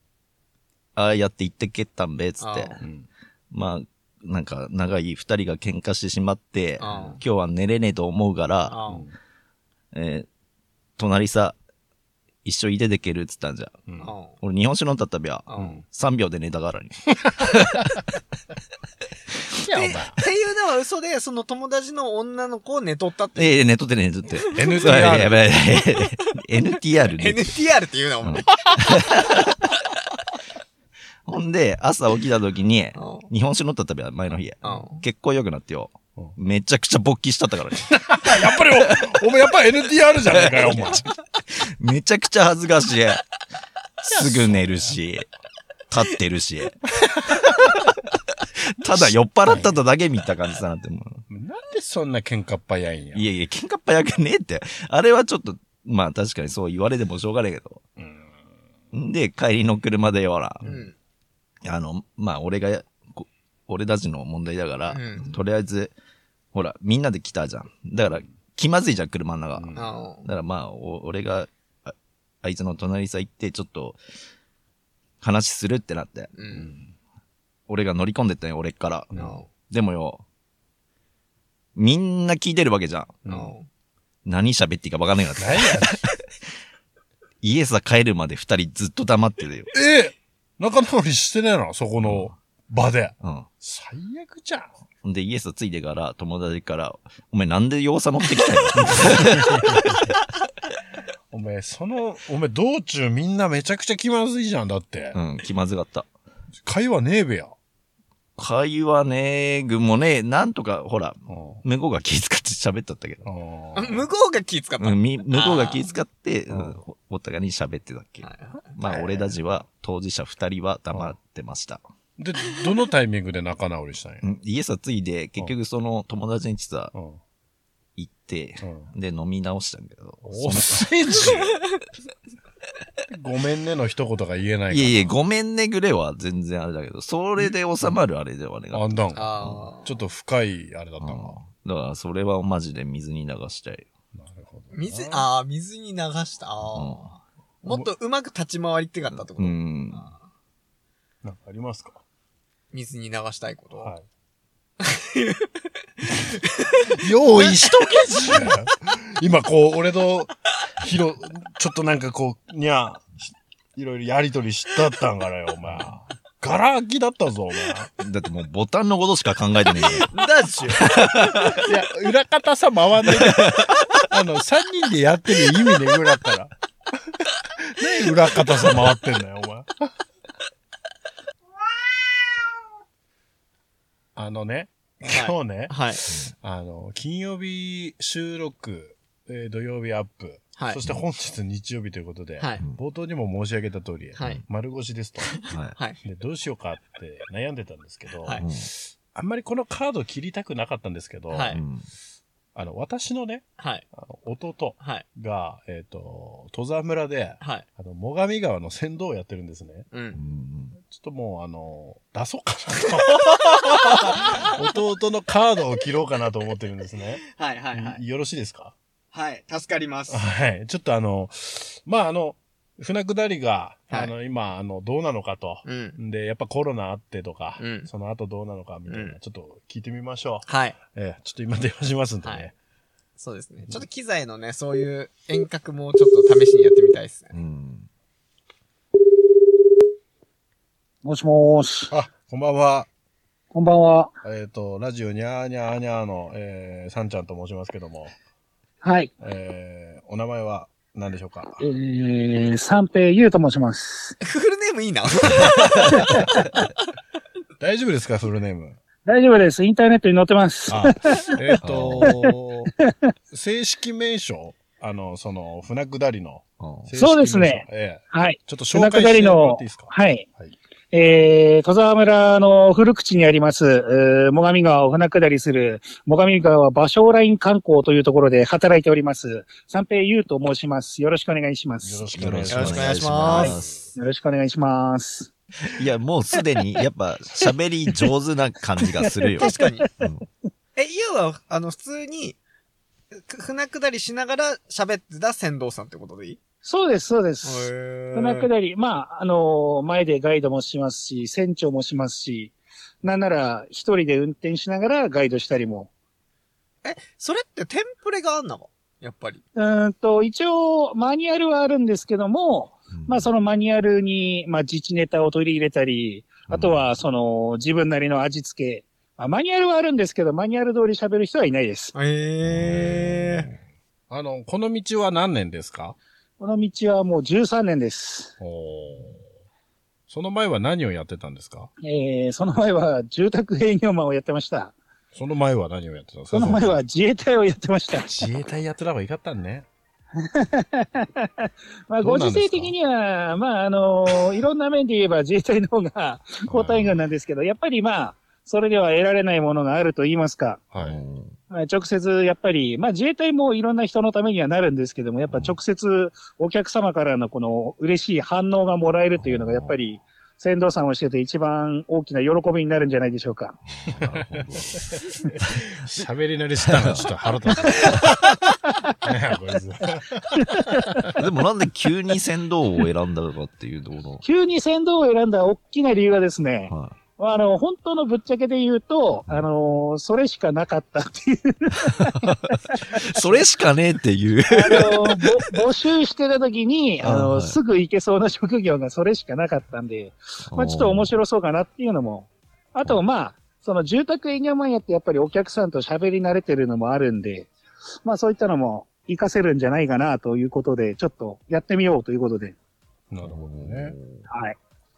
Speaker 2: ああやって言ってけったんべ、つって
Speaker 1: あ。
Speaker 3: うん
Speaker 2: まあ、なんか、長い二人が喧嘩してしまって、
Speaker 1: あ
Speaker 2: 今日は寝れねえと思うから、
Speaker 1: あ
Speaker 2: えー隣さ、一緒に出てけるっつったんじゃん。
Speaker 3: うん
Speaker 1: あ
Speaker 2: 俺、日本酒飲んだったびゃ、
Speaker 1: ああ
Speaker 2: 3秒で寝たからに。
Speaker 3: いやお前
Speaker 1: っていうのは嘘で、その友達の女の子を寝とったって。
Speaker 2: ええ、寝とって寝とって。
Speaker 3: NTR
Speaker 2: あやばいやばい NTR ね。
Speaker 1: NTR って言うな、お前。
Speaker 2: ほんで、朝起きた時に、
Speaker 1: あ
Speaker 2: 日本酒飲んだったびゃ、前の日。
Speaker 1: あ
Speaker 2: 結構良くなってよ
Speaker 3: うん。
Speaker 2: めちゃくちゃ勃起しちゃったからね。
Speaker 3: やっぱりお、お前やっぱ NTR じゃねえかよ、お前。
Speaker 2: めちゃくちゃ恥ずかしい。すぐ寝るし、立ってるし。ただ酔っ払っただけ見た感じだなって思う。
Speaker 3: なんでそんな喧嘩っ早いんや。
Speaker 2: いやいや、喧嘩っ早くねえって。あれはちょっと、まあ確かにそう言われてもしょうがないけど。
Speaker 3: うん
Speaker 2: んで、帰りの車でよら
Speaker 1: う、ん。
Speaker 2: あの、まあ俺が、こ俺たちの問題だから、
Speaker 1: うん
Speaker 2: とりあえず、ほら、みんなで来たじゃん。だから、気まずいじゃん、車の中。
Speaker 3: うん
Speaker 1: あ
Speaker 2: だからまあ、お俺があ、あいつの隣さ行って、ちょっと、話するってなって、
Speaker 1: うん。
Speaker 2: 俺が乗り込んでったよ、俺っから。
Speaker 3: うん
Speaker 1: あ
Speaker 2: でもよ、みんな聞いてるわけじゃん。
Speaker 1: あ
Speaker 2: 何喋っていいか分かんないから
Speaker 3: 何や。
Speaker 2: 家さ帰るまで二人ずっと黙ってるよ。
Speaker 3: ええ仲直りしてねえな、そこの場で。
Speaker 2: うん。
Speaker 3: 最悪じゃん。
Speaker 2: ほんで、イエスついてから、友達から、お前なんで洋さ乗っ てきたよ。
Speaker 3: お前、その、お前、道中みんなめちゃくちゃ気まずいじゃん、だって。
Speaker 2: うん、気まずかった。
Speaker 3: 会話ねえべや。
Speaker 2: 会話ね、群もね、なんとか、ほら、
Speaker 3: うん
Speaker 2: 向こうが気遣って喋っとったけど。
Speaker 1: あ
Speaker 3: うん
Speaker 1: 向こうが気使った。
Speaker 2: うん、み向こうが気遣って、
Speaker 3: あ
Speaker 2: う
Speaker 3: ー
Speaker 2: んおお互いに喋ってたっけ。ま
Speaker 3: は
Speaker 2: あ、
Speaker 3: い
Speaker 2: 俺たちは、当事者二人は黙ってました。
Speaker 3: で、どのタイミングで仲直りしたんや。
Speaker 2: うん家さついで、結局その友達に実は
Speaker 3: うん。うん。
Speaker 2: 行って、で、飲み直したんだけど。
Speaker 3: おせじごめんねの一言が言えないから。
Speaker 2: いやいや、ごめんねぐれは全然あれだけど、それで収まるあれではねが。
Speaker 3: あんだん。
Speaker 1: ああ
Speaker 3: ちょっと深いあれだったな
Speaker 2: う。
Speaker 3: ん
Speaker 2: だから、それはマジで水に流したい。
Speaker 3: なるほどな。
Speaker 1: 水、ああ、水に流した。ああもっとうまく立ち回りってかったってこと
Speaker 2: うん。
Speaker 1: ああ
Speaker 3: なんかありますか
Speaker 1: 水に流したいこと。
Speaker 3: い。用意しとけじゃん今こう、俺と、ひろ、ちょっとなんかこう、にゃ、いろいろやりとりしたったんからよ、お前。ガラ空きだったぞ、お前。
Speaker 2: だってもうボタンのことしか考えてない よ。
Speaker 1: だっしょ
Speaker 3: いや、裏方さ、回んない。 あの、三人でやってる意味で裏 から。何裏方さ回ってんだよ、お前。 あのね、今日ね、
Speaker 1: はい。
Speaker 3: あの、金曜日収録、えー土曜日アップ、
Speaker 1: はい
Speaker 3: そして本日日曜日ということで、
Speaker 1: はい。
Speaker 3: 冒頭にも申し上げた通り、
Speaker 1: はい
Speaker 3: 丸腰ですと。
Speaker 2: はい。
Speaker 1: はい。
Speaker 3: で、どうしようかって悩んでたんですけど、
Speaker 1: はい
Speaker 3: あんまりこのカード切りたくなかったんですけど、
Speaker 1: はい
Speaker 2: うん
Speaker 3: あの、私のね、
Speaker 1: はい。
Speaker 3: あの弟
Speaker 1: はい。
Speaker 3: が、えっ、と、戸沢村で、
Speaker 1: はい。
Speaker 3: あの、最上川の船頭をやってるんですね。
Speaker 1: う。
Speaker 2: うんん
Speaker 3: ちょっともう、あの、出そうか なと。弟のカードを切ろうかなと思ってるんですね。
Speaker 1: はい。はい。はい。
Speaker 3: よろしいですか
Speaker 1: はい。助かります。
Speaker 3: はい。ちょっとあの、まあ、あの、船下りが、
Speaker 1: はい
Speaker 3: あの、今、あの、どうなのかと。
Speaker 1: うん。
Speaker 3: で、やっぱコロナあってとか、
Speaker 1: うん
Speaker 3: その後どうなのかみたいな、
Speaker 1: うん
Speaker 3: ちょっと聞いてみましょ
Speaker 1: はい。
Speaker 3: う。ええちょっと今電話しますんでね。
Speaker 1: はいそうですね。ちょっと機材のね、そういう遠隔もちょっと試しにやってみたいですね。
Speaker 2: うん。
Speaker 4: もしもーし。
Speaker 3: あ、こんばんは。
Speaker 4: こんばんは。
Speaker 3: えっ、と、ラジオにゃーにゃーにゃーの、えー、さんちゃんと申しますけども、
Speaker 4: はい。
Speaker 3: えー、お名前は何でしょうか
Speaker 4: えー、三平優と申します。
Speaker 1: フルネームいいな。
Speaker 3: 大丈夫ですかフルネーム。
Speaker 4: 大丈夫です。インターネットに載ってます。
Speaker 3: あ、えっ、と、正式名称あの、その、船下りの。
Speaker 2: うん。
Speaker 3: 正式名称
Speaker 4: そうですね
Speaker 3: ええ
Speaker 4: はい。
Speaker 3: ちょっと紹
Speaker 4: 船
Speaker 3: 介
Speaker 4: 下
Speaker 3: して
Speaker 4: り
Speaker 3: もらっ
Speaker 4: の
Speaker 3: ていいですか、
Speaker 4: はい。
Speaker 3: はい。
Speaker 4: えー、戸沢村の古口にあります、えー最上川を船下りする、最上川芭蕉ライン観光というところで働いております、三平優と申します。よろしくお願いしま
Speaker 3: よ
Speaker 4: す
Speaker 3: ろ。しくお願いし
Speaker 1: よろ
Speaker 3: ま
Speaker 1: しく
Speaker 3: す
Speaker 1: お。願いします
Speaker 4: よろしくお願いします。
Speaker 2: いや、もうすでに、やっぱ、喋り上手な感じがするよ。
Speaker 1: 確かに。
Speaker 2: うん
Speaker 1: え、ゆうは、あの、普通に、く船下りしながら喋ってた船頭さんってことでいい
Speaker 4: そうです、そうで
Speaker 1: へ
Speaker 4: す。
Speaker 1: ー
Speaker 4: 船下り、まあ、あのー前でガイドもしますし、船長もしますし、なんなら一人で運転しながらガイドしたりも。
Speaker 1: それってテンプレがあんのやっぱり。
Speaker 4: うーんと、一応、マニュアルはあるんですけども、まあそのマニュアルに、まあ自治ネタを取り入れたり、あとはその自分なりの味付け。まあ、マニュアルはあるんですけど、マニュアル通り喋る人はいないです。
Speaker 1: え
Speaker 3: あの、この道は何年ですか
Speaker 4: この道はもう13年です。
Speaker 3: おーその前は何をやってたんですか
Speaker 4: えー、その前は住宅営業マンをやってました。
Speaker 3: その前は何をやってたんですか
Speaker 4: その前は自衛隊をやってました。
Speaker 3: 自衛隊やってた方がいかったんね。
Speaker 4: まあ
Speaker 3: ど
Speaker 4: ご
Speaker 3: うなんで
Speaker 4: 時
Speaker 3: すか
Speaker 4: 世的には、まああの いろんな面で言えば自衛隊の方が交代軍なんですけど、やっぱりまあ、それでは得られないものがあると言いますか。
Speaker 3: は
Speaker 2: う
Speaker 3: い。
Speaker 2: ん
Speaker 4: まあ直接、やっぱり、まあ自衛隊もいろんな人のためにはなるんですけども、やっぱ直接お客様からのこの嬉しい反応がもらえるというのが、やっぱり船頭さんをしてて一番大きな喜びになるんじゃないでしょうか。
Speaker 3: 喋り慣れしたのがちょっと腹立った。ねえこいつ
Speaker 2: でもなんで急に船頭を選んだのかっていうとこ
Speaker 4: 急に船頭を選んだ大きな理由はですね、
Speaker 2: ろ。はい
Speaker 4: まああの、本当のぶっちゃけで言うと、あの、それしかなかったっていう、
Speaker 2: それしかねえって いう。
Speaker 4: あの、ぼ募集してた時に、あ
Speaker 2: あは
Speaker 4: の、
Speaker 2: い
Speaker 4: すぐ行けそうな職業がそれしかなかったんで、まあ、ちょっと面白そうかなっていうのも。あと、まあ、その住宅営業マンやってやっぱりお客さんと喋り慣れてるのもあるんで、まあそういったのも活かせるんじゃないかなということで、ちょっとやってみようということで。
Speaker 3: なるほどね。
Speaker 4: はい。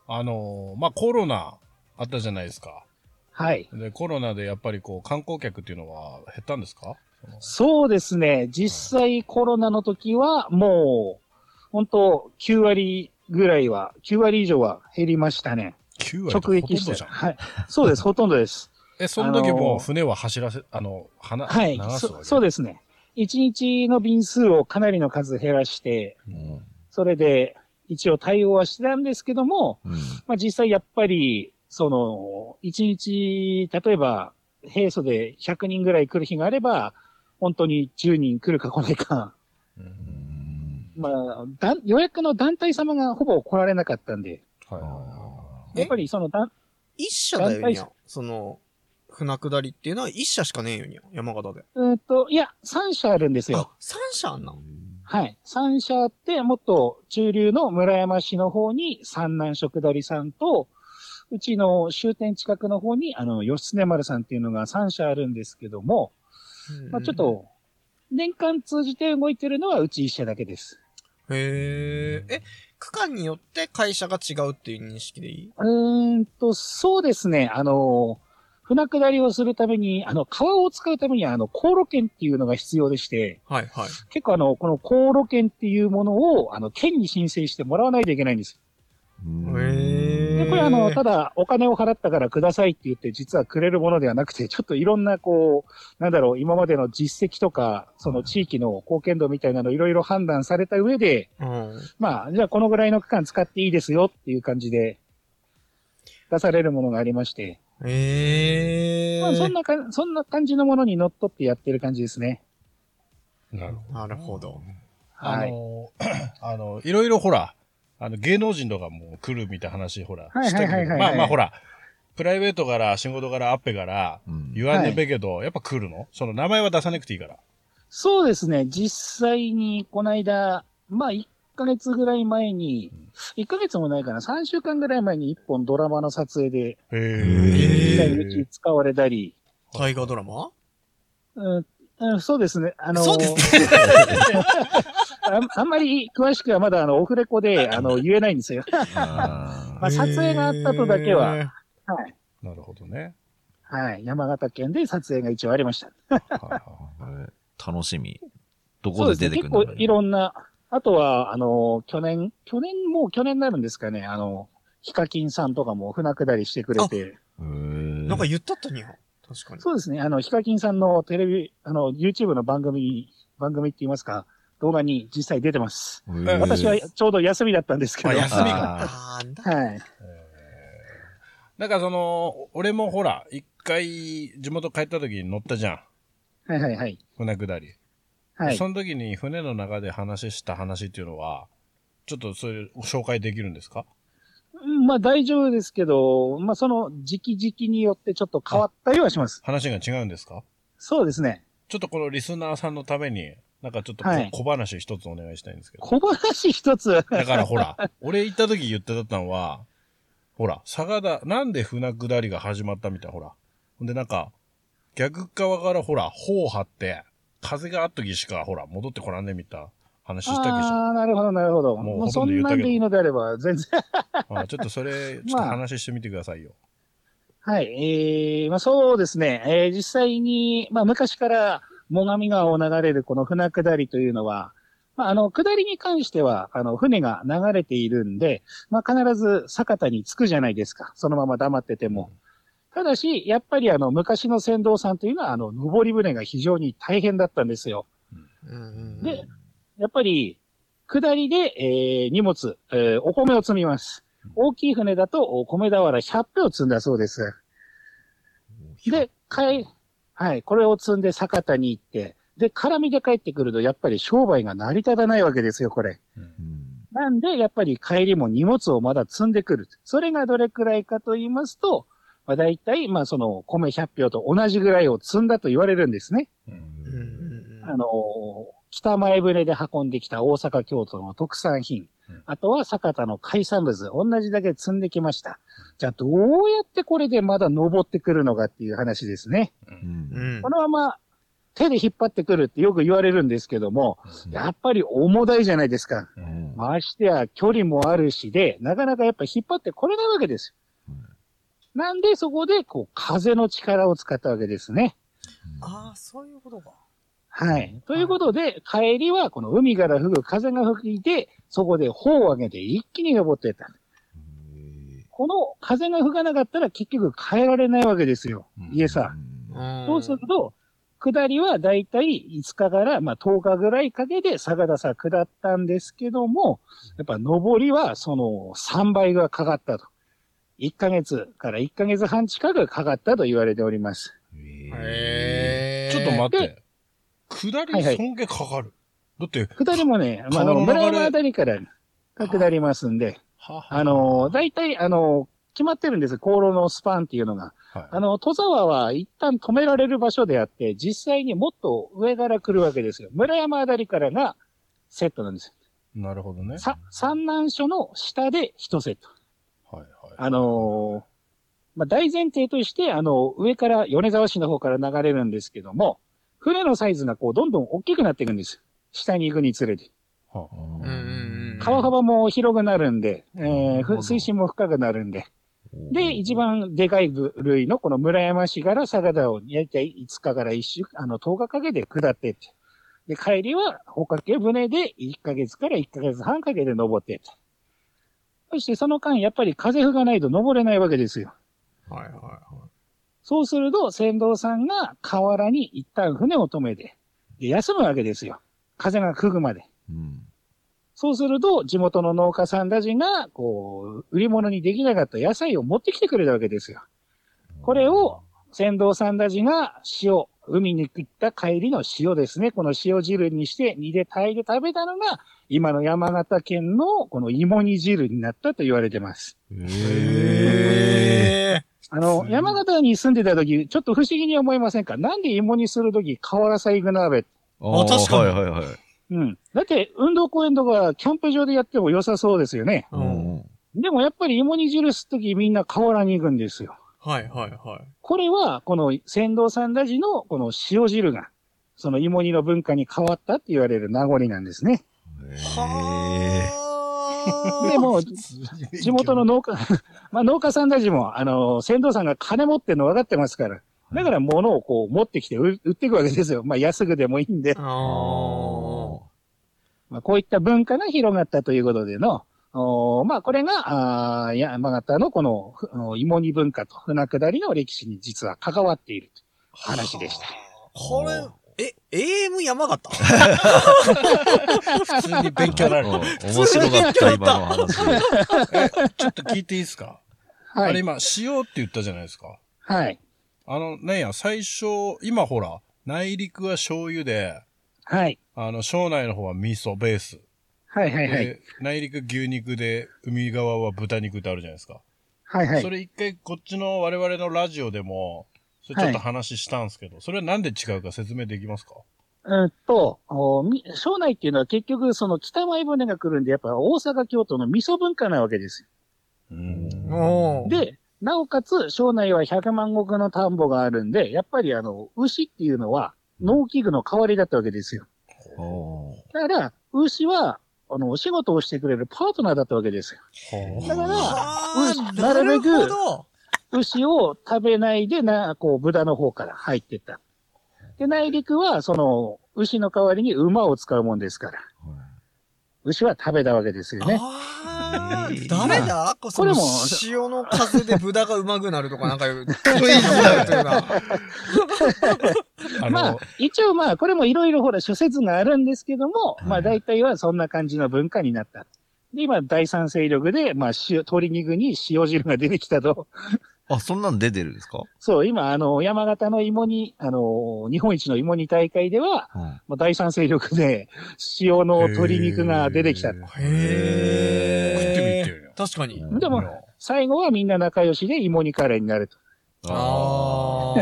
Speaker 3: あのー、まあ、コロナあったじゃないですか。
Speaker 4: はい。
Speaker 3: で、コロナでやっぱりこう、観光客っていうのは減ったんですか
Speaker 4: そうですね。実際コロナの時はもう、本当9割ぐらいは、9割以上は減りましたね。
Speaker 3: ?9 割
Speaker 4: 直撃し
Speaker 3: ほとんど
Speaker 4: て。
Speaker 3: じゃん。
Speaker 4: はい。そうです。ほとんどです。
Speaker 3: え、その時
Speaker 4: あ
Speaker 3: も
Speaker 4: の
Speaker 3: う
Speaker 4: ー
Speaker 3: 船は走らせ、あの、はな、
Speaker 4: はい
Speaker 3: 流すわ
Speaker 4: そ。
Speaker 3: け
Speaker 4: そうですね。1日の便数をかなりの数減らして、
Speaker 2: うん。
Speaker 4: それで、一応対応はしてたんですけども、
Speaker 2: うん
Speaker 4: まあ実際やっぱり、その、一日、例えば、平素で100人ぐらい来る日があれば、本当に10人来るか来ないか。
Speaker 3: うん
Speaker 4: まあ、だん予約の団体様がほぼ来られなかったんで、
Speaker 3: はいはい
Speaker 2: あ
Speaker 1: え
Speaker 4: やっぱりその団、
Speaker 1: 一社だよ
Speaker 4: 団体
Speaker 1: にゃ
Speaker 4: 社。
Speaker 1: その、船下りっていうのは一社しかねえよにゃ。山形で。
Speaker 4: うーんと、いや、3社あるんですよ
Speaker 1: あ。、三社あんな
Speaker 2: ー。
Speaker 4: はい。三社あって、もっと中流の村山市の方に三南食鳥さんと、うちの終点近くの方に、あの、吉根丸さんっていうのが三社あるんですけども、まあ、ちょっと、年間通じて動いてるのはうち一社だけです。
Speaker 1: うん。へえ。え、区間によって会社が違うっていう認識でいいう
Speaker 4: ーんと、そうですね、あの、船下りをするために、あの、川を使うためには、あの、航路券っていうのが必要でして、
Speaker 1: はいはい。
Speaker 4: 結構あの、この航路券っていうものを、あの、県に申請してもらわないといけないんです。
Speaker 2: うん
Speaker 1: へー
Speaker 4: で、これあの、ただお金を払ったからくださいって言って、実はくれるものではなくて、ちょっ といろんなこう、なんだろう、今までの実績とか、その地域の貢献度みたいなのいろいろ判断された上で、
Speaker 1: うん。
Speaker 4: まあ、じゃあこのぐらいの区間使っていいですよっていう感じで、出されるものがありまして、
Speaker 1: ええ。
Speaker 4: まあ、そんなか、そんな感じのものにのっとってやってる感じですね。
Speaker 3: なるほど。
Speaker 1: なるほど。
Speaker 3: あ
Speaker 4: はい。
Speaker 3: のー、 あの、いろいろほら、あの、芸能人とかも来るみたいな話、ほら、
Speaker 4: はいはいはいはい
Speaker 3: したけどまあまあほら、プライベートから仕事からアッペから
Speaker 2: うん
Speaker 3: 言わねべけど、やっぱ来るのその名前は出さなくていいから。
Speaker 4: そうですね、実際にこの間、まあ、1ヶ月ぐらい前に、1ヶ月もないかな、3週間ぐらい前に1本ドラマの撮影
Speaker 3: へ
Speaker 4: で、
Speaker 1: へ
Speaker 4: 実際
Speaker 1: ー
Speaker 4: にうち使われたり、
Speaker 1: 大河ドラマ
Speaker 4: うんうん、そうですね。 あの
Speaker 1: そうです
Speaker 4: あんあんまり詳しくはまだあのオフレコであの言えないんですよ。
Speaker 2: あ
Speaker 4: まあ撮影があったとだけは
Speaker 1: へー。
Speaker 4: はい。
Speaker 3: なるほどね。
Speaker 4: はい。山形県で撮影が一応ありました。
Speaker 3: はいは
Speaker 2: ー楽しみ。ど
Speaker 4: そう
Speaker 2: こで
Speaker 4: で
Speaker 2: す出
Speaker 4: ね。
Speaker 2: てく
Speaker 4: 結
Speaker 2: る
Speaker 4: 構
Speaker 2: の
Speaker 4: いろんな、あとは、あの、去年、去年、もう去年になるんですかね。あの、ヒカキンさんとかも船下りしてくれて、
Speaker 2: な
Speaker 1: なんか言ったったにゃ。確かに。
Speaker 4: そうですね、あの、ヒカキンさんのテレビ、あの、YouTube の番組に、番組って言いますか、動画に実際出てます。
Speaker 3: へー
Speaker 4: 私はちょうど休みだったんですけど。
Speaker 3: あ
Speaker 4: はい。
Speaker 3: 休みが。
Speaker 1: あーなんだ
Speaker 3: なんかその、俺もほら、一回、地元帰った時に乗ったじゃん。
Speaker 4: はいはいはい。
Speaker 3: 船下り。
Speaker 4: はい。
Speaker 3: その時に船の中で話した話っていうのは、ちょっとそれ、紹介できるんですか
Speaker 4: うんまあ大丈夫ですけど、まあその時期時期によってちょっと変わったりはします。
Speaker 3: 話が違うんですか
Speaker 4: そうですね。
Speaker 3: ちょっとこのリスナーさんのために、なんかちょっとこ
Speaker 4: はい
Speaker 3: 小話一つお願いしたいんですけど。
Speaker 4: 小話一つ。
Speaker 3: だからほら、俺行った時言ってたのは、ほら、佐賀だ、なんで船下りが始まったみたいな、ほら。ほんでなんか、逆側からほら、帆を張って、風があった時しかほら、戻ってこらんねみたいな話したけじゃん。
Speaker 4: ああ、なるほど、なるほど。
Speaker 3: もう
Speaker 4: もう
Speaker 3: ほと
Speaker 4: そ
Speaker 3: んど
Speaker 4: ん
Speaker 3: 言った
Speaker 4: な
Speaker 3: けど
Speaker 4: んでいいのであれば、全然。
Speaker 3: まあ、ちょっとそ れ、ちょっと話してみてくださいよ。
Speaker 4: はい。えー、まあそうですね。えー、実際に、まあ昔から、最上川を流れるこの船下りというのは、まあ、あの、下りに関しては、あの、船が流れているんで、まあ、必ず酒田に着くじゃないですか。そのまま黙ってても。ただし、やっぱりあの、昔の船頭さんというのは、あの、上り船が非常に大変だったんですよ。
Speaker 1: うんうんうん
Speaker 4: で、やっぱり、下りで、えー荷物、えーお米を積みます。大きい船だと、お米俵100杯を積んだそうです。で、かい、はい、これを積んで酒田に行って、で、絡みで帰ってくると、やっぱり商売が成り立たないわけですよ、これ。
Speaker 2: うん
Speaker 4: なんで、やっぱり帰りも荷物をまだ積んでくる。それがどれくらいかと言いますと、まあ、大体、まあ、その、米100票と同じぐらいを積んだと言われるんですね。
Speaker 1: うんうんうん
Speaker 4: あのー北前船で運んできた大阪、京都の特産品
Speaker 3: うん、
Speaker 4: あとは酒田の海産物、同じだけ積んできました。じゃあ、どうやってこれでまだ登ってくるのかっていう話ですね。
Speaker 2: うん
Speaker 1: うん
Speaker 4: このまま手で引っ張ってくるってよく言われるんですけども、
Speaker 2: うん
Speaker 4: やっぱり重たいじゃないですか。
Speaker 2: うん
Speaker 4: ましてや距離もあるしで、なかなかやっぱ引っ張ってこれないわけですよ
Speaker 2: うん。
Speaker 4: なんでそこで、こう、風の力を使ったわけですね。
Speaker 1: ああ、そういうことか。
Speaker 4: はい。ということで、帰りはこの海から吹く風が吹いて、そこで帆を上げて一気に登っていった。この風が吹かなかったら結局帰られないわけですよ
Speaker 3: うん。
Speaker 4: 家さ。
Speaker 1: ん
Speaker 4: そうすると、下りはだいたい5日から、まあ、10日ぐらいかけて坂田さ下ったんですけども、やっぱ上りはその3倍がかかったと。1ヶ月から1ヶ月半近くかかったと言われております。
Speaker 2: え
Speaker 1: へえ。
Speaker 3: ちょっと待って
Speaker 4: で。
Speaker 3: 下り
Speaker 4: はいはい
Speaker 3: 尊敬かかる。だって、
Speaker 4: 下りも ね、まあ、あの
Speaker 3: 川の流
Speaker 4: 村
Speaker 3: れ
Speaker 4: 山あたりから下りますんで、あの、大体、あの、決まってるんですよ航路のスパンっていうのが。
Speaker 3: はい
Speaker 4: あの、戸沢は一旦止められる場所であって、実際にもっと上から来るわけですよ。村山あたりからがセットなんです
Speaker 3: なるほどね
Speaker 4: よ。。さ、三難所の下で一セット。
Speaker 3: はいはい。
Speaker 4: あのーまあ、大前提として、あの、上から、米沢市の方から流れるんですけども、船のサイズがこう、どんどん大きくなっていくんですよ。下に行くにつれて。
Speaker 1: うんうんうん。
Speaker 4: 川幅も広くなるんで、え
Speaker 2: な
Speaker 4: ー
Speaker 2: るほ
Speaker 4: ふ
Speaker 2: ど
Speaker 4: 水深も深くなるんで。で、一
Speaker 2: 番
Speaker 4: 番でかい部類のこの村山市から佐賀田をやりたい5日から1週、あの、10日かけて下ってって。で、帰りは、捕獲船で1ヶ月から1ヶ月半かけて登ってって。そしてその間、やっぱり風吹かないと登れないわけですよ。
Speaker 1: はいはいは
Speaker 4: そうすると、船頭さんが河原に一旦船を止めて、で、休むわけですよ。風が吹くまで。そうすると、地元の農家さんたちが、こう、売り物にできなかった野菜を持ってきてくれたわけですよ。これを、船頭さんたちが塩、海に行った帰りの塩ですね。この塩汁にして煮で炊いて食べたのが、今の山形県のこの芋煮汁になったと言われてます。
Speaker 1: い。
Speaker 2: え
Speaker 1: え。
Speaker 4: あの、
Speaker 3: うん
Speaker 4: 山形に住んでた時、ちょっと不思議に思いませんかなんで芋煮する時、瓦サイグ鍋
Speaker 2: あ
Speaker 1: あ確かに
Speaker 2: はいはいはい
Speaker 4: うん。だって、運動公園とか、キャンプ場でやっても良さそうですよね。
Speaker 1: うん。
Speaker 4: でもやっぱり芋煮汁すときみんな河原に行くんですよ。
Speaker 1: はいはいはい。
Speaker 4: これは、この船頭さんたちのこの塩汁が、その芋煮の文化に変わったって言われる名残なんですね。
Speaker 2: へ
Speaker 1: は
Speaker 4: で も、地元の農家、まあ農家さんたちも、あの、船頭さんが金持ってるの分かってますから、だから物をこう持ってきて売売っていくわけですよ。まあ安くでもいいんで、
Speaker 1: ああ。
Speaker 4: まあこういった文化が広がったということでの、おまあ、これが、あー山形のこのふ、あの芋煮文化と船下りの歴史に実は関わっているという話でした。
Speaker 1: こ
Speaker 2: お
Speaker 1: れ、え、AM 山形
Speaker 3: 普通に勉強になる。
Speaker 2: うん面白かった、今の話。
Speaker 3: ちょっと聞いていいですか、
Speaker 4: は
Speaker 3: あれ
Speaker 4: い。
Speaker 3: 今、しようって言ったじゃないですか。
Speaker 4: はい。
Speaker 3: あの、なんや、最初、今ほら、内陸は醤油で、
Speaker 4: はい。
Speaker 3: あの、省内の方は味噌ベース。
Speaker 4: はいはいはい。
Speaker 3: で、内陸牛肉で、海側は豚肉ってあるじゃないですか。
Speaker 4: はいは
Speaker 3: そ
Speaker 4: い。
Speaker 3: れ一回こっちの我々のラジオでも、それちょっと話したんですけど、それはなんで違うか説明できますか
Speaker 4: うんと、おみ庄内っていうのは結局、その北前船が来るんで、やっぱ大阪、京都の味噌文化なわけですよ。
Speaker 3: うん。
Speaker 1: おー
Speaker 4: で、なおかつ、庄内は100万石の田んぼがあるんで、やっぱりあの、牛っていうのは農機具の代わりだったわけですよ。
Speaker 2: おー
Speaker 4: だから、牛は、あの、お仕事をしてくれるパートナーだったわけですよ。だから、
Speaker 1: あ
Speaker 4: うん
Speaker 1: ーなるほ
Speaker 4: なるべ
Speaker 1: ど。
Speaker 4: 牛を食べないで、な、こう、豚の方から入ってった。で、内陸は、その、牛の代わりに馬を使うもんですから。牛は食べたわけですよね。
Speaker 1: あ
Speaker 2: え
Speaker 1: ー
Speaker 2: ー
Speaker 1: 誰だこ
Speaker 4: これも
Speaker 1: 潮の風で豚がうまくなるとか、なん か、クイズだよというか。
Speaker 3: あ
Speaker 4: ま
Speaker 3: の
Speaker 4: あ、、一応まあ、これもいろいろほら諸説があるんですけども、まあ大体はそんな感じの文化になった。で、今、第三勢力で、まあ、塩、鶏肉に塩汁が出てきたと。
Speaker 2: あ、そんなの出てるんですか
Speaker 4: そう、今、あの、山形の芋に、あの、日本一の芋煮大会では、
Speaker 2: うん
Speaker 4: まあ、第三勢力で塩の鶏肉が出てきた。
Speaker 3: 食
Speaker 1: へ
Speaker 3: ってみ
Speaker 1: ー
Speaker 3: てよ。
Speaker 1: 確かに。
Speaker 4: でも、最後はみんな仲良しで芋煮カレーになると。
Speaker 1: あ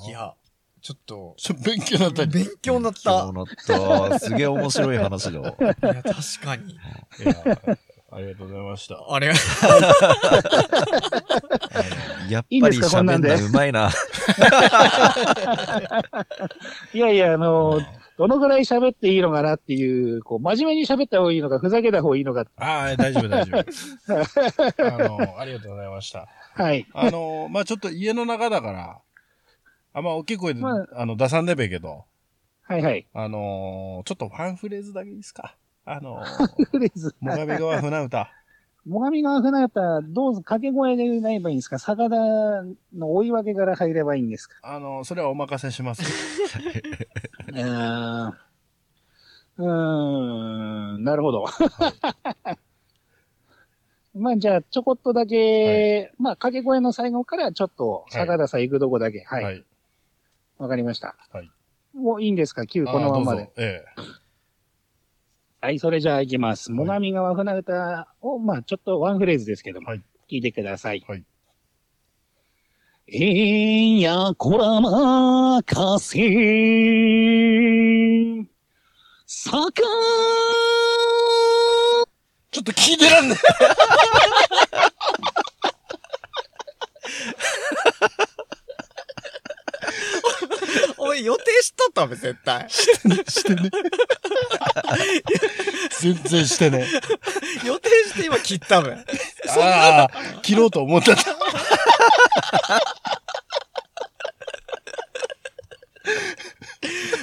Speaker 1: ーい
Speaker 3: いや、
Speaker 1: や、ちょっと、
Speaker 3: ちょっと勉強になった。
Speaker 1: 勉強になった。
Speaker 2: 勉強になった。すげえ面白い話 だわ。
Speaker 1: いや、確かに。
Speaker 3: いやありがとうございました。
Speaker 1: あれ、
Speaker 2: やっぱり喋んない、うまいな。
Speaker 4: いやいや、あの、どのぐらい喋っていいのかなっていう、こう、真面目に喋った方がいいのか、ふざけた方がいいのか。
Speaker 3: ああ、大丈夫、大丈夫。あの、ありがとうございました。
Speaker 4: はい。
Speaker 3: あの、まあちょっと家の中だから、あんま大きい声で、
Speaker 4: まあ
Speaker 3: あ、の出さんでべえけど、
Speaker 4: はいはい。
Speaker 3: あのちょっとワンフレーズだけいいですか。あ の
Speaker 4: フレーズ。
Speaker 3: 最上川船歌。
Speaker 4: 最上川船ったどうぞ掛け声でないばいいんですか坂田の追い分けから入ればいいんですか
Speaker 3: あのそれはお任せします。
Speaker 4: うーん。うーん、なるほど。まあじゃあ、ちょこっとだけ、まあ掛け声の最後からちょっと坂田さん行くとこだけ。はい。わ、
Speaker 3: い。
Speaker 4: かりました。
Speaker 3: はい。
Speaker 4: もういいんですか ?9 このまま
Speaker 3: あー
Speaker 4: で
Speaker 3: ど。うぞええ。
Speaker 4: はい、それじゃあ行きます。
Speaker 3: はい
Speaker 4: 最上川船歌を、まあちょっとワンフレーズですけども、
Speaker 3: はい
Speaker 4: 聞いてください。
Speaker 3: はい。
Speaker 4: えんやこらまかせさか
Speaker 3: ちょっと聞いてらんね
Speaker 1: おい、予定しとったべ、絶対。
Speaker 3: え。してね。全然してね。
Speaker 1: 予定して今切ったべ。
Speaker 3: ああ、切ろうと思ってた。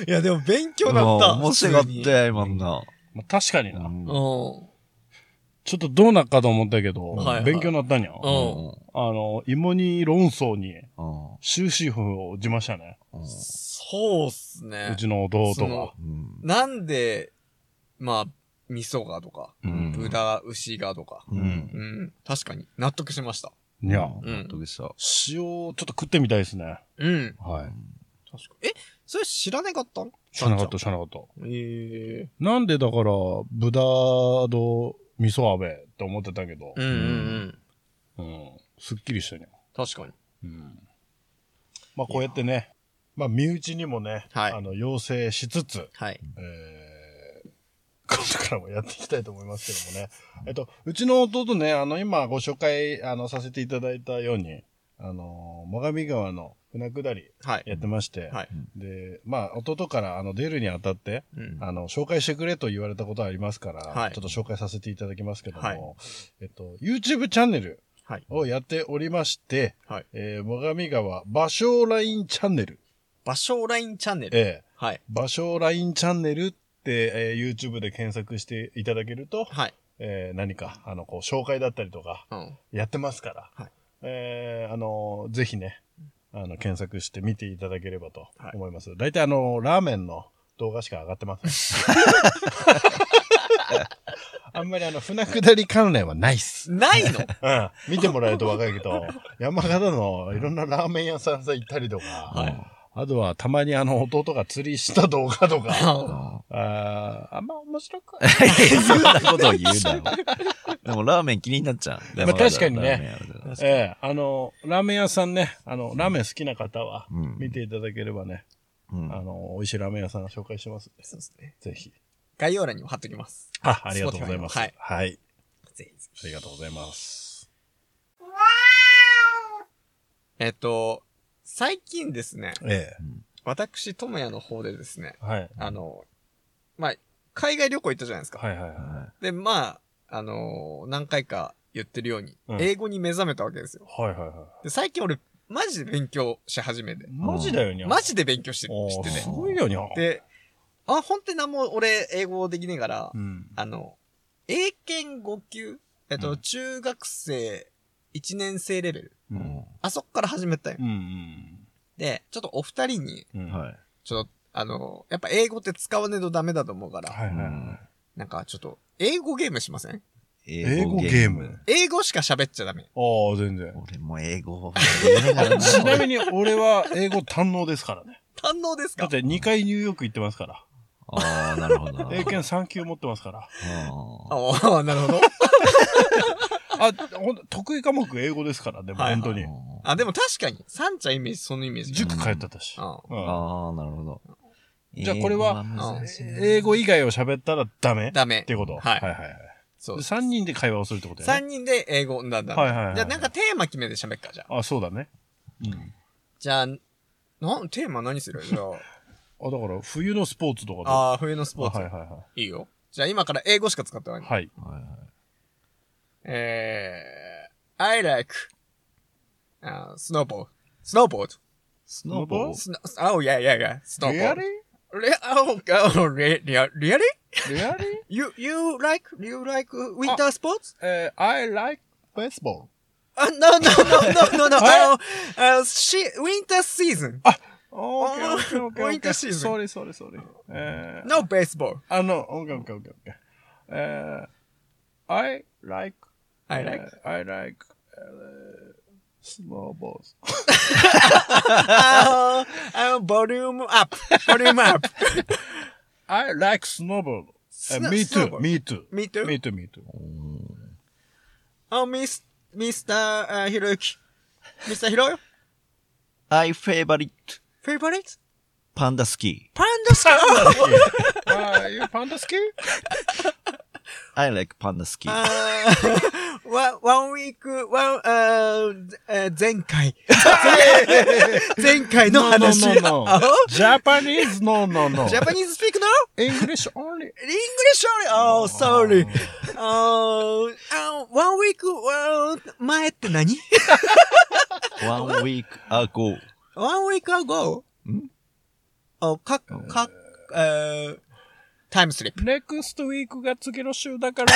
Speaker 1: いや、でも勉強になった。
Speaker 2: 面白かっ
Speaker 1: 普通に
Speaker 2: たよ、今のな。
Speaker 3: まあ確かに
Speaker 2: う
Speaker 3: な。
Speaker 2: ん
Speaker 3: ちょっとどうなっかと思ったけど、
Speaker 1: はいはい
Speaker 3: 勉強になったんや。
Speaker 1: う
Speaker 3: あ
Speaker 1: ん。うん。
Speaker 3: の、芋煮論争に
Speaker 2: うん
Speaker 3: 終止符を打ちましたね。
Speaker 2: うん
Speaker 1: そうっすね
Speaker 3: う。ちの弟
Speaker 1: そ
Speaker 3: が
Speaker 1: の。なんで、まあ、味噌がとか、
Speaker 3: うん
Speaker 1: 豚、牛がとか。
Speaker 2: う
Speaker 3: うん
Speaker 2: ん。
Speaker 1: うん。確かに。納得しました。
Speaker 3: いや、
Speaker 1: うん
Speaker 2: 納得した。
Speaker 3: 塩、ちょっと食ってみたいですね。
Speaker 1: うん。
Speaker 3: はい。
Speaker 1: 確かえ、それ知らなかったん
Speaker 3: 知らなかった、
Speaker 1: ち
Speaker 3: 知らなかった。
Speaker 1: ゃんちゃんえ
Speaker 3: なんでだから、豚と味噌飴って思ってたけど
Speaker 1: え、うんうんうん。
Speaker 3: うん。すっきりしたね。
Speaker 1: 確かに。
Speaker 3: うん。まあ、こうやってね、まあ、身内にもね、
Speaker 1: はい
Speaker 3: あの、要請しつつ、
Speaker 1: はい。
Speaker 3: えー、今度からもやっていきたいと思いますけどもね。えっと、うちの弟ね、あの、今ご紹介、あの、させていただいたように、あの、最上川の船下り
Speaker 1: はい。
Speaker 3: やってまして、
Speaker 1: はい。
Speaker 3: で、まあ、弟から、あの、出るにあたって、
Speaker 1: うん。
Speaker 3: あの、紹介してくれと言われたことありますから、
Speaker 1: はい
Speaker 3: ちょっと紹介させていただきますけども、
Speaker 1: はい
Speaker 3: えっと、YouTube チャンネル
Speaker 1: はい。
Speaker 3: をやっておりまして、
Speaker 1: はい
Speaker 3: えー、最上川、芭蕉ラインチャンネル、
Speaker 1: 場所ラインチャンネル。
Speaker 3: ええ
Speaker 1: はい。
Speaker 3: 芭蕉ラインチャンネルっって、えー YouTube で検索していただけると、
Speaker 1: はい。
Speaker 3: えー何か、あの、こう、紹介だったりとか、
Speaker 1: うん。
Speaker 3: やってますから、
Speaker 1: はい
Speaker 3: えーあの、ぜひね、あの、検索して見ていただければと
Speaker 1: はい
Speaker 3: 思います。大体あの、ラーメンの動画しか上がってません。 あんまりあの、船下り関連はないっす。
Speaker 1: ない の
Speaker 3: うん。見てもらえるとわかるけど、山形のいろんなラーメン屋さんさ行ったりとか、
Speaker 1: はい
Speaker 3: あとはたまにあの、弟が釣りした動画とか、
Speaker 1: あ
Speaker 3: あ ーあんま面白くない。
Speaker 2: そんなことを言う なよ。でもラーメン気になっちゃう。
Speaker 3: まあ確かにね
Speaker 2: ラーメンあるから。
Speaker 3: ええあの、ラーメン屋さんね、あの、ラーメン好きな方は、
Speaker 2: うん
Speaker 3: 見ていただければね、
Speaker 2: うん
Speaker 3: あの、美味しいラーメン屋さん紹介してますんで。
Speaker 1: そうですね。
Speaker 3: ぜひ。
Speaker 1: 概要欄にも貼っときます。
Speaker 3: あ、ありがとうございます。
Speaker 1: はい
Speaker 3: はい。
Speaker 1: ぜひぜひ。
Speaker 3: ありがとうございます。
Speaker 1: えっと、最近ですね、
Speaker 3: え
Speaker 1: 私、智也の方でですね、
Speaker 3: え。はい。
Speaker 1: あの、まあ、海外旅行行ったじゃないですか。
Speaker 3: はいはいは
Speaker 2: は
Speaker 1: で、まあ、あのー何回か言ってるように、
Speaker 3: うん
Speaker 1: 英語に目覚めたわけですよ。
Speaker 3: い。はいはいは
Speaker 1: で、最近俺、マジで勉強し始めて
Speaker 3: い。。マジだよにゃ。
Speaker 1: マジで勉強して、
Speaker 3: お
Speaker 1: し
Speaker 3: ー
Speaker 1: て
Speaker 3: す
Speaker 1: ね。
Speaker 3: ごいよにゃ。
Speaker 1: で、あ、本当に何も俺、英語できねえから、
Speaker 3: うん。
Speaker 1: あの、英検5級、えっと、
Speaker 3: うん
Speaker 1: 中学生1年生レベル。
Speaker 3: う
Speaker 2: い。
Speaker 3: ん。
Speaker 1: あそっから始めたよ
Speaker 3: う。ん。
Speaker 1: で、ちょっとお二人に、
Speaker 3: うん。
Speaker 2: う
Speaker 3: うんん
Speaker 2: は。
Speaker 3: はい
Speaker 1: ちょっと、あの、やっぱ英語って使わねえとダメだと思うから、
Speaker 3: いはい
Speaker 2: うん
Speaker 3: は
Speaker 1: なんかちょっと、英語ゲームしません
Speaker 3: い。英語ゲーム。。
Speaker 1: 英語しか喋っちゃダメ。
Speaker 3: ああ、全然。
Speaker 2: 俺も英語を言いながら な。
Speaker 3: ちなみに俺は英語堪能ですからね。
Speaker 1: 堪能です
Speaker 3: だ
Speaker 1: か
Speaker 3: って2回ニューヨーク行ってますから。
Speaker 2: ああ、なるほどな。
Speaker 3: 英検3級持ってますから。
Speaker 2: あ
Speaker 1: ああ、なるほど。
Speaker 3: あ、ほんと得意科目英語ですから、でも
Speaker 1: はいはい
Speaker 3: 本当に。
Speaker 2: ー
Speaker 1: あ、でも確かに、サンちゃんイメージ、そのイメージ。
Speaker 3: 塾通ってたし。
Speaker 1: あ
Speaker 3: うん
Speaker 2: あー、なるほど。
Speaker 3: じゃあこれは
Speaker 2: 英語難しいな
Speaker 3: 英語以外を喋ったらダメっ
Speaker 1: ダメ。
Speaker 3: ていうこと
Speaker 1: はい
Speaker 3: はいはいはい。
Speaker 1: そう
Speaker 3: で。三人で会話をするってことや
Speaker 1: 3
Speaker 3: ね。
Speaker 1: 人で英語、なんだ。
Speaker 3: はいはいはい
Speaker 1: じゃあなんかテーマ決めて喋っか、じゃあ。
Speaker 3: あ、そうだね。うん。
Speaker 1: じゃあ、なん、テーマ何する じゃ
Speaker 3: あ、だから、冬のスポーツとかどう
Speaker 1: あ、ああ、冬のスポーツ。
Speaker 3: はい
Speaker 1: い、
Speaker 3: はいはい
Speaker 1: よ。じゃあ今から英語しか使ってない。
Speaker 3: い。はい。
Speaker 2: はいはい
Speaker 1: えー、I like, uh, snowboard. Snowboard.
Speaker 2: スノーボー
Speaker 1: Sno- oh, yeah, yeah, yeah. Snowboard.
Speaker 3: リアリ
Speaker 1: Re- oh, oh, re- rea- really?
Speaker 3: リアリ
Speaker 1: You, you like, you like uh, winter sports?
Speaker 3: えー、I like baseball.
Speaker 1: Uh, no, no, no, no, no, no. uh, uh, she, winter season.
Speaker 3: オ
Speaker 1: ー
Speaker 3: ーケーオーケーオーケー。
Speaker 1: Winter season.
Speaker 3: Sorry, sorry, sorry. えー、
Speaker 1: No baseball.
Speaker 3: あの、オーケーオーケーオーケーオーケー。えー、I like,
Speaker 1: I like.
Speaker 3: uh, I like, uh, snowballs.
Speaker 1: Uh, uh, volume up. Volume up.
Speaker 3: I like snowball. Uh,
Speaker 1: Sno-
Speaker 3: me too.
Speaker 1: snowball.
Speaker 3: Me too.
Speaker 1: Me too.
Speaker 3: Me too. Me too.
Speaker 1: Oh, Miss, Mr. Uh, Hiroyuki. Mr. Hiroyo?
Speaker 2: I favorite
Speaker 1: Favorite?
Speaker 2: パンダスキ
Speaker 1: Panda ski.
Speaker 3: Ah, you panda ski?
Speaker 2: ー。I like パンダ スキー。
Speaker 1: uh, one, one week, one, uh, uh, 前 回。 前回の
Speaker 3: No, no,
Speaker 1: 話。
Speaker 3: no, no. Japanese? No, no, no.
Speaker 1: Japanese speak now?
Speaker 3: English only.
Speaker 1: English only? Oh, sorry. Oh, uh, one week, well, 前って何
Speaker 2: One week ago.
Speaker 1: ?one week ago?
Speaker 2: ん
Speaker 1: あ、か、か、えー、タイムスリップ。
Speaker 3: Next week が次の週だ から。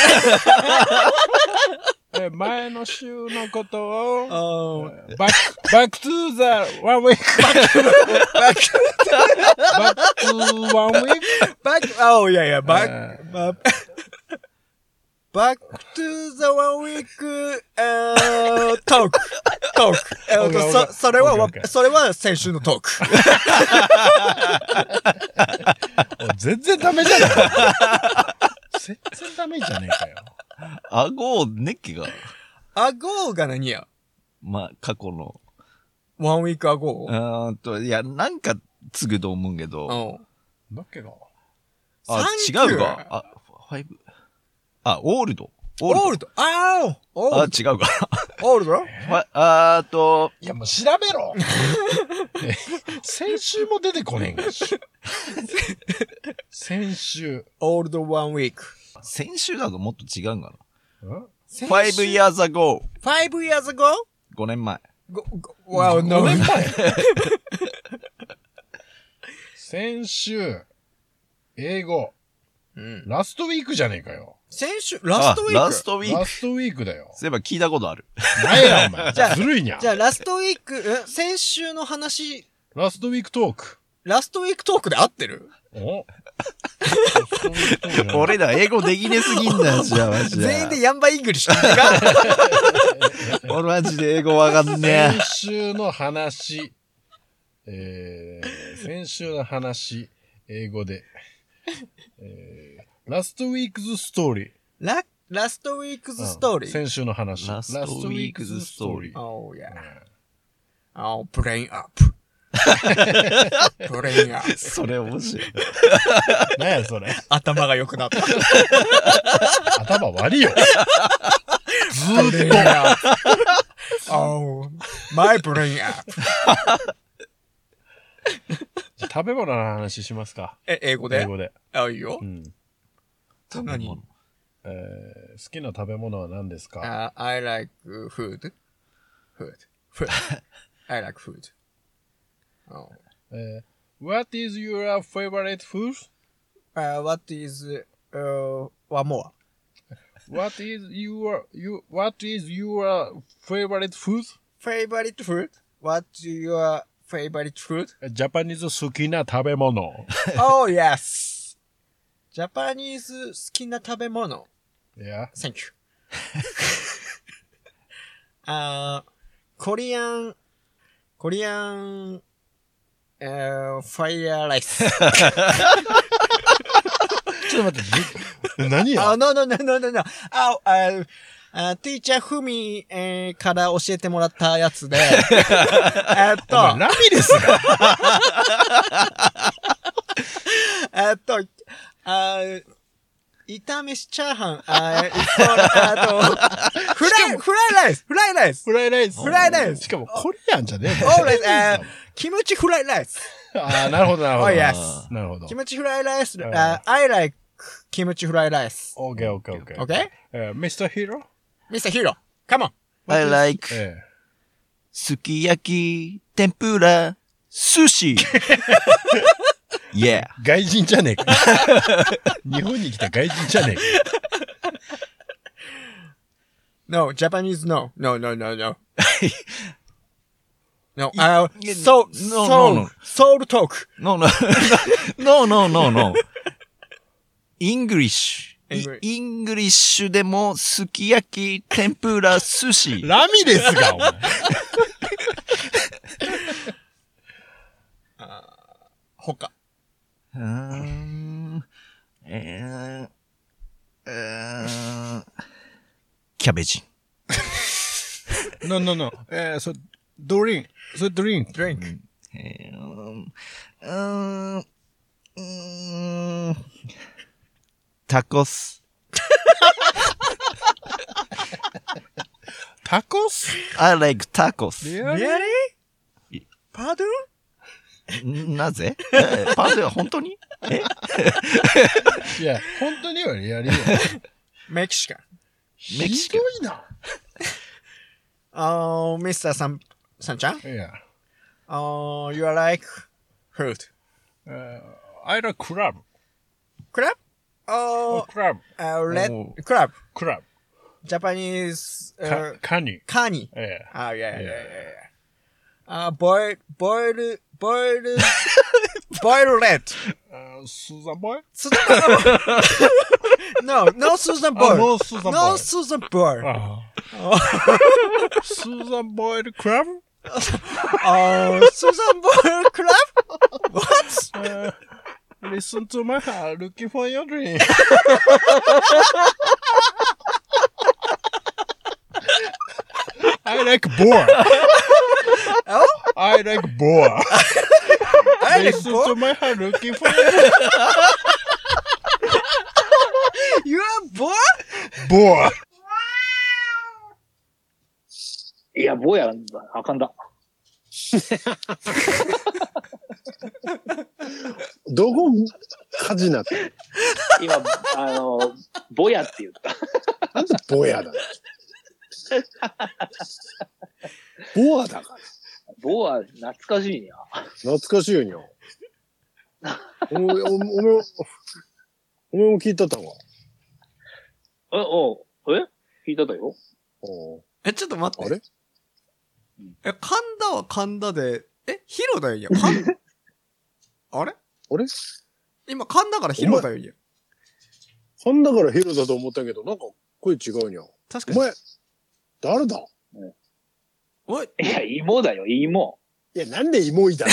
Speaker 3: え前の週のことを。
Speaker 1: あ
Speaker 3: Back, back to the one week. back to one week.
Speaker 1: バック、あ、いやいや、バッ
Speaker 3: え
Speaker 1: ク、バック、バックトゥザワンウィーク、えー、トーク、トーク。えー
Speaker 3: オッケーオッケ
Speaker 1: と、
Speaker 3: ー
Speaker 1: そ、それは
Speaker 3: オッ
Speaker 1: わ
Speaker 3: ケーオッケ、ー
Speaker 1: それは先週の トーク。
Speaker 3: ー全然ダメじゃない。全然ダメじゃねえかよ。
Speaker 2: 顎をネッキが、
Speaker 1: 顎が何や
Speaker 2: まあ、過去の。
Speaker 1: ワンウィーク顎
Speaker 2: うーんと、いや、なんかつぐと思うけ
Speaker 1: う
Speaker 2: ど。
Speaker 1: ん。
Speaker 3: だけど。
Speaker 2: あ
Speaker 1: サン、キュー
Speaker 2: 違うか。あ、ファイブ。あ、オールド。
Speaker 1: オ
Speaker 2: オ
Speaker 1: ー
Speaker 2: ル
Speaker 1: ルド。ああオ
Speaker 2: ド。あ、
Speaker 1: ール
Speaker 2: 違うか。
Speaker 1: ド。オールド
Speaker 2: ファあーっと、
Speaker 3: いや、もう調べろ先週も出てこねえんかし。先週。
Speaker 1: オールドワンウィーク。
Speaker 2: 先週だともっと違うんか
Speaker 3: ん
Speaker 2: な。5 years ago。
Speaker 1: Five years ago?
Speaker 2: 5年前。
Speaker 1: Go, go, wow, no.
Speaker 3: 先週、英語、
Speaker 1: うん。
Speaker 3: ラストウィークじゃねえかよ。
Speaker 1: 先週、ラストウィーク
Speaker 2: あラストウィー
Speaker 3: ラ
Speaker 2: ク。
Speaker 3: ストウィークだよ。
Speaker 2: そういえば聞いたことある。
Speaker 3: なんや、お前。
Speaker 1: じゃあ
Speaker 3: ずるいにゃ
Speaker 1: じ。ゃあ、ラストウィーク、うん先週の話、
Speaker 3: ラストウィークトーク。
Speaker 1: ラストウィークトークで合ってる
Speaker 3: おラストウィークトークじゃない
Speaker 2: 俺ら英語できねすぎん だよ、じゃあ、マジで。
Speaker 1: 全員でヤンバイングリッシュ聞いて るか
Speaker 2: 俺マジで英語わかんね
Speaker 3: 先週の話、えー、先週の話、英語で、えー、ラストウィークズストーリー。
Speaker 1: ラ、ラストウィークズストーリ
Speaker 3: う
Speaker 1: ー。
Speaker 3: ん先週の話。
Speaker 2: ラストウィークズストーリー
Speaker 3: ラス
Speaker 1: おうや
Speaker 3: トウィークズストーリ。ー
Speaker 1: おう、プレインア ップ。プレインアッ
Speaker 2: え。
Speaker 1: プ。
Speaker 2: それ 面白い。
Speaker 3: うん何やそれ。
Speaker 1: 頭が良くなった。
Speaker 3: 頭悪 いよ。ずーっ
Speaker 1: プレインアップ。おう、マイプレインアップ。
Speaker 3: と食べ物の話しますか。
Speaker 1: え、英語
Speaker 3: 英
Speaker 1: で
Speaker 3: 語で。
Speaker 1: あ、いいよ
Speaker 3: う。ん。
Speaker 1: 何
Speaker 3: えー、好きな食べ物は何ですか
Speaker 1: あ I like food. Food. Food. I like food. おう
Speaker 3: えー、What is your favorite food?What
Speaker 1: Uh, what is uh, one more?
Speaker 3: is your, you, what is your favorite food?
Speaker 1: Favorite food? What's your favorite food?
Speaker 3: ジャパニーズ好きな食べ物。
Speaker 1: oh yes. Japanese 好きな食べ物。
Speaker 3: いや、
Speaker 1: Thank you. あー、コリアン、コリアン、えー、ファイヤーライス。
Speaker 3: ちょっと待って、 じ何
Speaker 1: あ、
Speaker 3: や
Speaker 1: no, no, no, no, no, no. あ、あ、あ、ティーチャーふみ、えー、から教えてもらったや つで。えっと、
Speaker 3: お前ラミレスが
Speaker 1: えっと、あー炒めしチャーハン、あーそうあと、フライ、フライライス、フライライス、
Speaker 3: フライライス。
Speaker 1: フライライス
Speaker 3: しかも、コリアンじゃねえ
Speaker 1: オ
Speaker 3: の
Speaker 1: ーレス、あーキムチフライライス、
Speaker 3: ああ、なるほど、なるほ
Speaker 1: Oh,
Speaker 3: ど。
Speaker 1: yes.
Speaker 3: なるほど
Speaker 1: キ。ムチフライライス、
Speaker 3: ん
Speaker 1: あー I like キムチフライライス。
Speaker 3: オーケーオーケーオーケー。
Speaker 1: Okay?
Speaker 3: えー、Mr. Hero?
Speaker 1: Mr. Hero, come on!
Speaker 2: I like
Speaker 3: ええ。
Speaker 2: すき焼き、天ぷら、寿 司。yeah.
Speaker 3: 外人じゃねえか。 日本に来た外人じゃねえ
Speaker 1: No, Japanese no. No, no, no, no. no, uh, so,
Speaker 2: no,
Speaker 1: so,
Speaker 2: no, no.
Speaker 1: soul talk.
Speaker 2: No, no, no, no, no, no. English. い
Speaker 1: English
Speaker 2: イングリッシュでも、すき焼き、天ぷら、寿司
Speaker 3: か。。 ラミレスが、お前。
Speaker 1: 他。
Speaker 2: うーん。えー、うーん。キャベジン。
Speaker 3: No, no, no. えー、そ、ドリンク。そ、ドリンク。
Speaker 1: drink.
Speaker 2: えー、うーん。うーん。タコス。
Speaker 3: タコス
Speaker 2: I like タコス。
Speaker 3: リアル
Speaker 1: Really? Pardon?
Speaker 2: んなぜえーパンでは本当に え
Speaker 3: いや、本当にはリアルよ。
Speaker 1: Mexican.
Speaker 2: メキシ
Speaker 3: ひ
Speaker 2: コ
Speaker 3: どいな。
Speaker 1: Oh, Mr. San, San-chan?
Speaker 3: いや。
Speaker 1: Oh, you are like food.
Speaker 3: えー、I like club.
Speaker 1: Crab? Oh,
Speaker 3: club.
Speaker 1: uh, red
Speaker 2: Oh.
Speaker 1: crab.
Speaker 3: club.
Speaker 1: Japanese
Speaker 3: か
Speaker 1: uh,
Speaker 3: カニ。
Speaker 1: kani.
Speaker 3: え
Speaker 1: Oh, yeah, yeah, yeah,
Speaker 3: Yeah.
Speaker 1: yeah. Uh, boiled, boiled, boiled, boiled red.
Speaker 3: えあースーザンボーイ
Speaker 1: Susan no, no Susan Boyle.
Speaker 3: no Susan
Speaker 1: No
Speaker 3: Boyle.
Speaker 1: Susan Boyle.
Speaker 3: ああ。スーザンボイルクラブ
Speaker 1: Oh, Susan Boyle Club? What?
Speaker 3: eh, ?Listen to my heart, looking for your dream. アイ like boar.
Speaker 1: Oh?
Speaker 3: I like boar.
Speaker 1: I like
Speaker 3: Listen
Speaker 1: boy.
Speaker 3: to my heart, looking for your
Speaker 1: You are boy?
Speaker 3: boar.
Speaker 5: いや、坊や、あかんだ。
Speaker 6: どこ火事になってる
Speaker 5: 今、あの、坊やって言った。
Speaker 6: なんでボヤだボアだから。
Speaker 5: 坊や、懐かしいな。
Speaker 6: 懐かしいよ、にょ。おおおおお前も聞いとったわ。
Speaker 5: え、おうえ聞いただよ。
Speaker 6: おう
Speaker 1: え、ちょっと待っ
Speaker 6: あ
Speaker 1: て。
Speaker 6: れ
Speaker 1: え、神田は神田で、え、ヒロだよ、いや。 神あれ
Speaker 6: あれ
Speaker 1: 今、神田からヒロだよ、いや。
Speaker 6: そんだからヒロだと思ったけど、なんか声違うにゃ。
Speaker 1: 確か
Speaker 6: お
Speaker 1: に。
Speaker 6: 前、誰だ
Speaker 1: おい、
Speaker 5: いや、芋だよ、芋。
Speaker 6: いや、なんでイモイ だ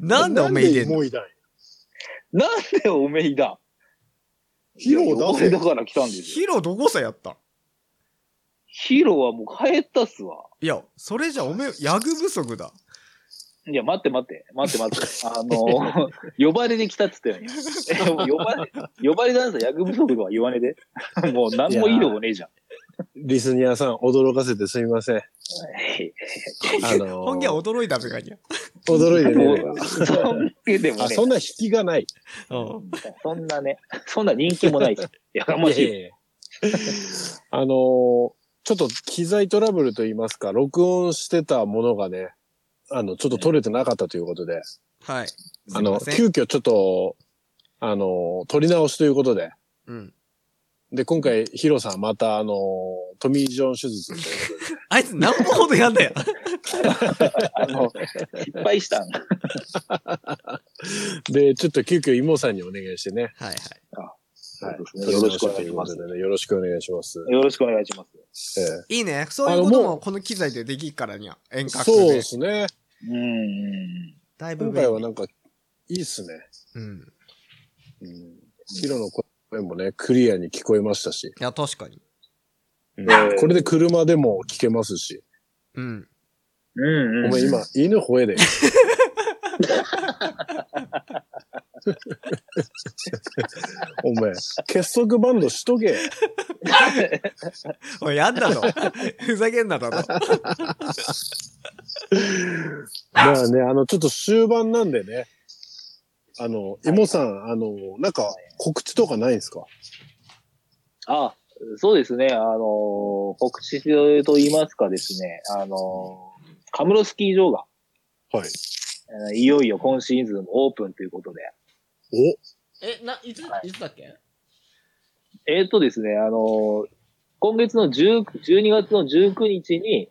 Speaker 1: なんでおめえ
Speaker 6: い
Speaker 1: 入れん
Speaker 6: イ
Speaker 1: の
Speaker 6: モイだ
Speaker 5: なんでおめいだ
Speaker 6: ヒロだ
Speaker 5: 俺だから来たんですよ。
Speaker 1: ヒロどこさやった
Speaker 5: ヒロはもう帰ったっすわ。
Speaker 1: いや、それじゃおめえ、ヤグ不足だ。
Speaker 5: いや、待って待って、待って待って。 あの、呼ばれで来たっつったよね。え 呼ばれ、呼ばれなんだ、役不足とは言わねえで。 もう何もいいとこねえじゃん。
Speaker 6: リスニアさん、驚かせてすみません。あのー
Speaker 1: 本気は驚いたべかにゃ。
Speaker 6: 驚いて
Speaker 5: も
Speaker 6: ね
Speaker 5: う、そんでも
Speaker 6: あ、
Speaker 5: ね、
Speaker 6: そんな引きがない。
Speaker 1: うん。
Speaker 5: そんなね、そんな人気も ないし。やかましい。
Speaker 6: いやいやいや あのーちょっと機材トラブルと言いますか、録音してたものがね、あの、ちょっと取れてなかったということで、
Speaker 1: はい。
Speaker 6: あの、
Speaker 1: すいません
Speaker 6: 急遽ちょっと、あのー取り直しということで、
Speaker 1: うん。
Speaker 6: で、今回、ヒロさんまた、あのートミー・ジョン手術というこ
Speaker 1: あいつ何本ほどやんだよ。
Speaker 5: あの、失敗したん
Speaker 6: とで、で、ちょっと急遽、イモさんにお願いしてね、
Speaker 1: はいはい。
Speaker 5: そうですね
Speaker 6: 取り
Speaker 5: よ
Speaker 6: 直
Speaker 5: ろしくお願い
Speaker 6: と
Speaker 5: し
Speaker 6: うこ
Speaker 5: ま
Speaker 6: と
Speaker 5: す。
Speaker 6: でね、よろしくお願いします。
Speaker 5: よろしくお願いします。
Speaker 6: え
Speaker 1: いいね。そういうこ
Speaker 6: あ
Speaker 1: と
Speaker 6: のも
Speaker 1: も
Speaker 6: う
Speaker 1: この機材でできるからには。遠
Speaker 6: え
Speaker 1: 隔
Speaker 6: そう
Speaker 1: で
Speaker 6: で。すね。
Speaker 5: うん。
Speaker 1: だいぶ
Speaker 6: 今
Speaker 1: 便
Speaker 6: 回
Speaker 1: 利
Speaker 6: はなんか、いいっすね。
Speaker 1: うん。
Speaker 6: うん。ヒロの声もね、クリアに聞こえましたし。
Speaker 1: いや、確かに。
Speaker 5: ん
Speaker 6: これで車でも聞けますし。
Speaker 1: うん。
Speaker 5: うん、うん。
Speaker 6: お前今、犬吠 えで。お前、結束バンドしとけ。
Speaker 1: おい、やん だぞ。ふざけんなだぞ。
Speaker 6: まあね、あの、ちょっと終盤なんでね。あの、イモさん、あの、なんか、告知とかないんですか
Speaker 5: あ、そうですね。あの、告知と言いますかですね、あの、カムロスキー場が、
Speaker 6: はい。
Speaker 5: えーいよいよ今シーズンオープンということで。
Speaker 6: お
Speaker 7: え、な、いつ、いつだっけ
Speaker 5: えーっとですね、あの、今月の10 12月の19日に、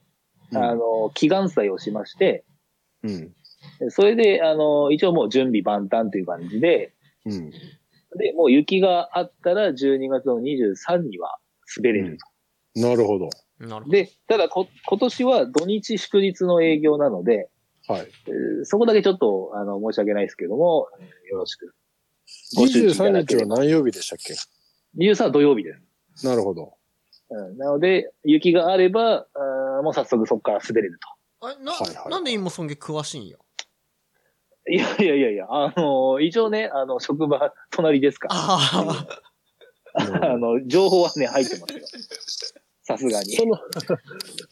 Speaker 6: うん
Speaker 5: あの、祈願祭をしまして、
Speaker 6: うん。
Speaker 5: それで、あの、一応もう準備万端という感じで、
Speaker 6: うん。
Speaker 5: で、もう雪があったら12月の23には滑れる。
Speaker 6: なるほど。
Speaker 1: なるほど。
Speaker 5: で、ただこ、今年は土日祝日の営業なので、
Speaker 6: はい。
Speaker 5: えーそこだけちょっと、あの、申し訳ないですけども、えーよろしく。ご周知いた
Speaker 6: 23
Speaker 5: だけ
Speaker 6: 日
Speaker 5: れ
Speaker 6: は
Speaker 5: ば
Speaker 6: 何曜日でしたっけ
Speaker 5: 23は土曜日です。
Speaker 6: なるほど。
Speaker 5: うん、なので、雪があれば、あーもう早速そこから滑れる
Speaker 1: あな
Speaker 6: はいはい
Speaker 1: なんで今そんげ詳しいんよ。
Speaker 5: と。いやいやいやいや、あのー、一応ね、あの、職場、隣ですから、
Speaker 1: あ
Speaker 5: あの、情報はね、入ってますよ。さすがに
Speaker 6: そ。の、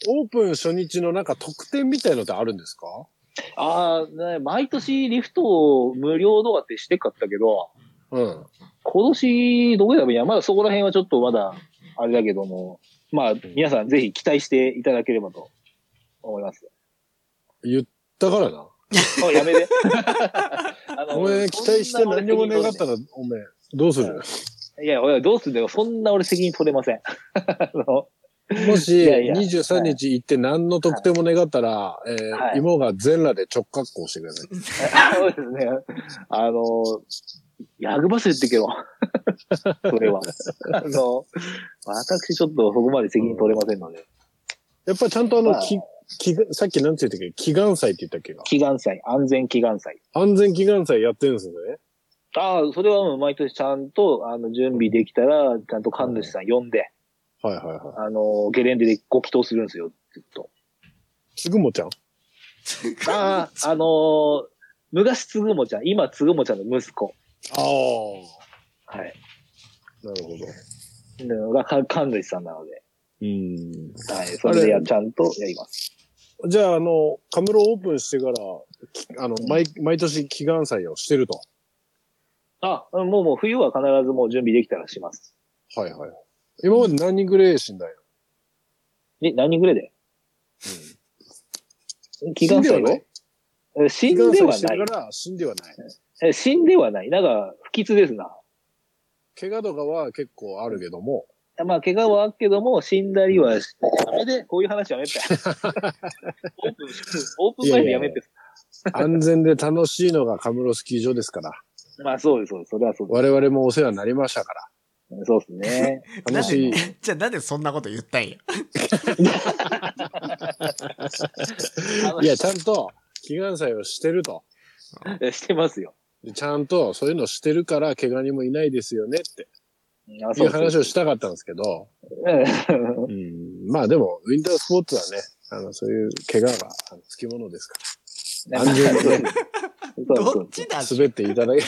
Speaker 6: オープン初日のなんか特典みたいのってあるんですか
Speaker 5: ああ、ね、毎年リフトを無料とかってしてかったけど、
Speaker 6: うん。
Speaker 5: 今年どこだろういや、まだそこら辺はちょっとまだ、あれだけども、まあ、皆さんぜひ期待していただければと思います。
Speaker 6: 言ったからな。
Speaker 5: おやめ で。あの
Speaker 6: お前期待して何にも願った。
Speaker 5: そんな俺責任取れな
Speaker 6: ら、お前、どうする
Speaker 5: いいや、俺どうすんだよ。そんな俺責任取れません。 あの
Speaker 6: もし、
Speaker 5: いやいや
Speaker 6: 23日行って何の特典も願ったら、えー
Speaker 5: はい
Speaker 6: 芋が全裸で直角行してください。
Speaker 5: そうですね。あの、ヤグバス言ってけど。 それは。あの、私ちょっとそこまで責任取れませんので。
Speaker 6: やっぱちゃんとあの、
Speaker 5: はい
Speaker 6: き、きが、さっき何て言ったっけ祈願祭って言ったっけか
Speaker 5: 祈願祭、安全祈願祭。
Speaker 6: 安全祈願祭やってるんですね。
Speaker 5: ああ、それはもう毎年ちゃんと、あの、準備できたら、ちゃんと神主さん呼んで、
Speaker 6: はいはいは
Speaker 5: あの、ゲレンデでご祈祷するんですよ、ずっと。
Speaker 6: い。つぐもちゃん
Speaker 5: ああ、あのー、昔つぐもちゃん、今つぐもちゃんの息子。
Speaker 6: ああ。
Speaker 5: はい。
Speaker 6: なるほど。
Speaker 5: が、か神主さんなので。
Speaker 6: うん。
Speaker 5: はい。それでや、ちゃんとやります。
Speaker 6: じゃあ、あの、カムロオープンしてから、きあの、毎、毎年祈願祭をしてると。
Speaker 5: あ、もうもう冬は必ずもう準備できたらします。
Speaker 6: はいはい。今まで何人ぐらい死んだよ。
Speaker 5: え、何人ぐらいで祈
Speaker 6: 死ん
Speaker 5: 願
Speaker 6: では
Speaker 5: 祭
Speaker 6: ない
Speaker 5: をえ死んで
Speaker 6: 祈願
Speaker 5: は
Speaker 6: 祭して
Speaker 5: ない
Speaker 6: る。から死んではない。
Speaker 5: え死んではない。なんか、不吉ですな。
Speaker 6: 怪我とかは結構あるけども、
Speaker 5: まあ、怪我はあっけども、死んだりはし、ダメで、こういう話やめ て。オープン、オープン前でやめて。
Speaker 6: 安全で楽しいのがカムロスキー場ですから、
Speaker 5: まあ、そうです、そうです。それはそう
Speaker 6: 我々もお世話になりましたか
Speaker 5: です。そうですね。
Speaker 6: ら、
Speaker 1: なん
Speaker 6: 楽しい
Speaker 1: で、じゃあなんでそんなこと言ったんや。
Speaker 6: いや、ちゃんと祈願祭をしてると。
Speaker 5: えしてますよ。
Speaker 6: でちゃんとそういうのしてるから怪我にもいないですよねって
Speaker 5: あ
Speaker 6: いう話を
Speaker 5: し
Speaker 6: したかったんですけど、
Speaker 5: て。
Speaker 6: うんまあでも、ウィンタースポーツはね、あの、そういう怪我があのつきものですか 安全にね
Speaker 5: そうそ
Speaker 1: どっ
Speaker 5: う
Speaker 1: ちだ
Speaker 6: ら、
Speaker 1: し。
Speaker 6: 滑っていただけ、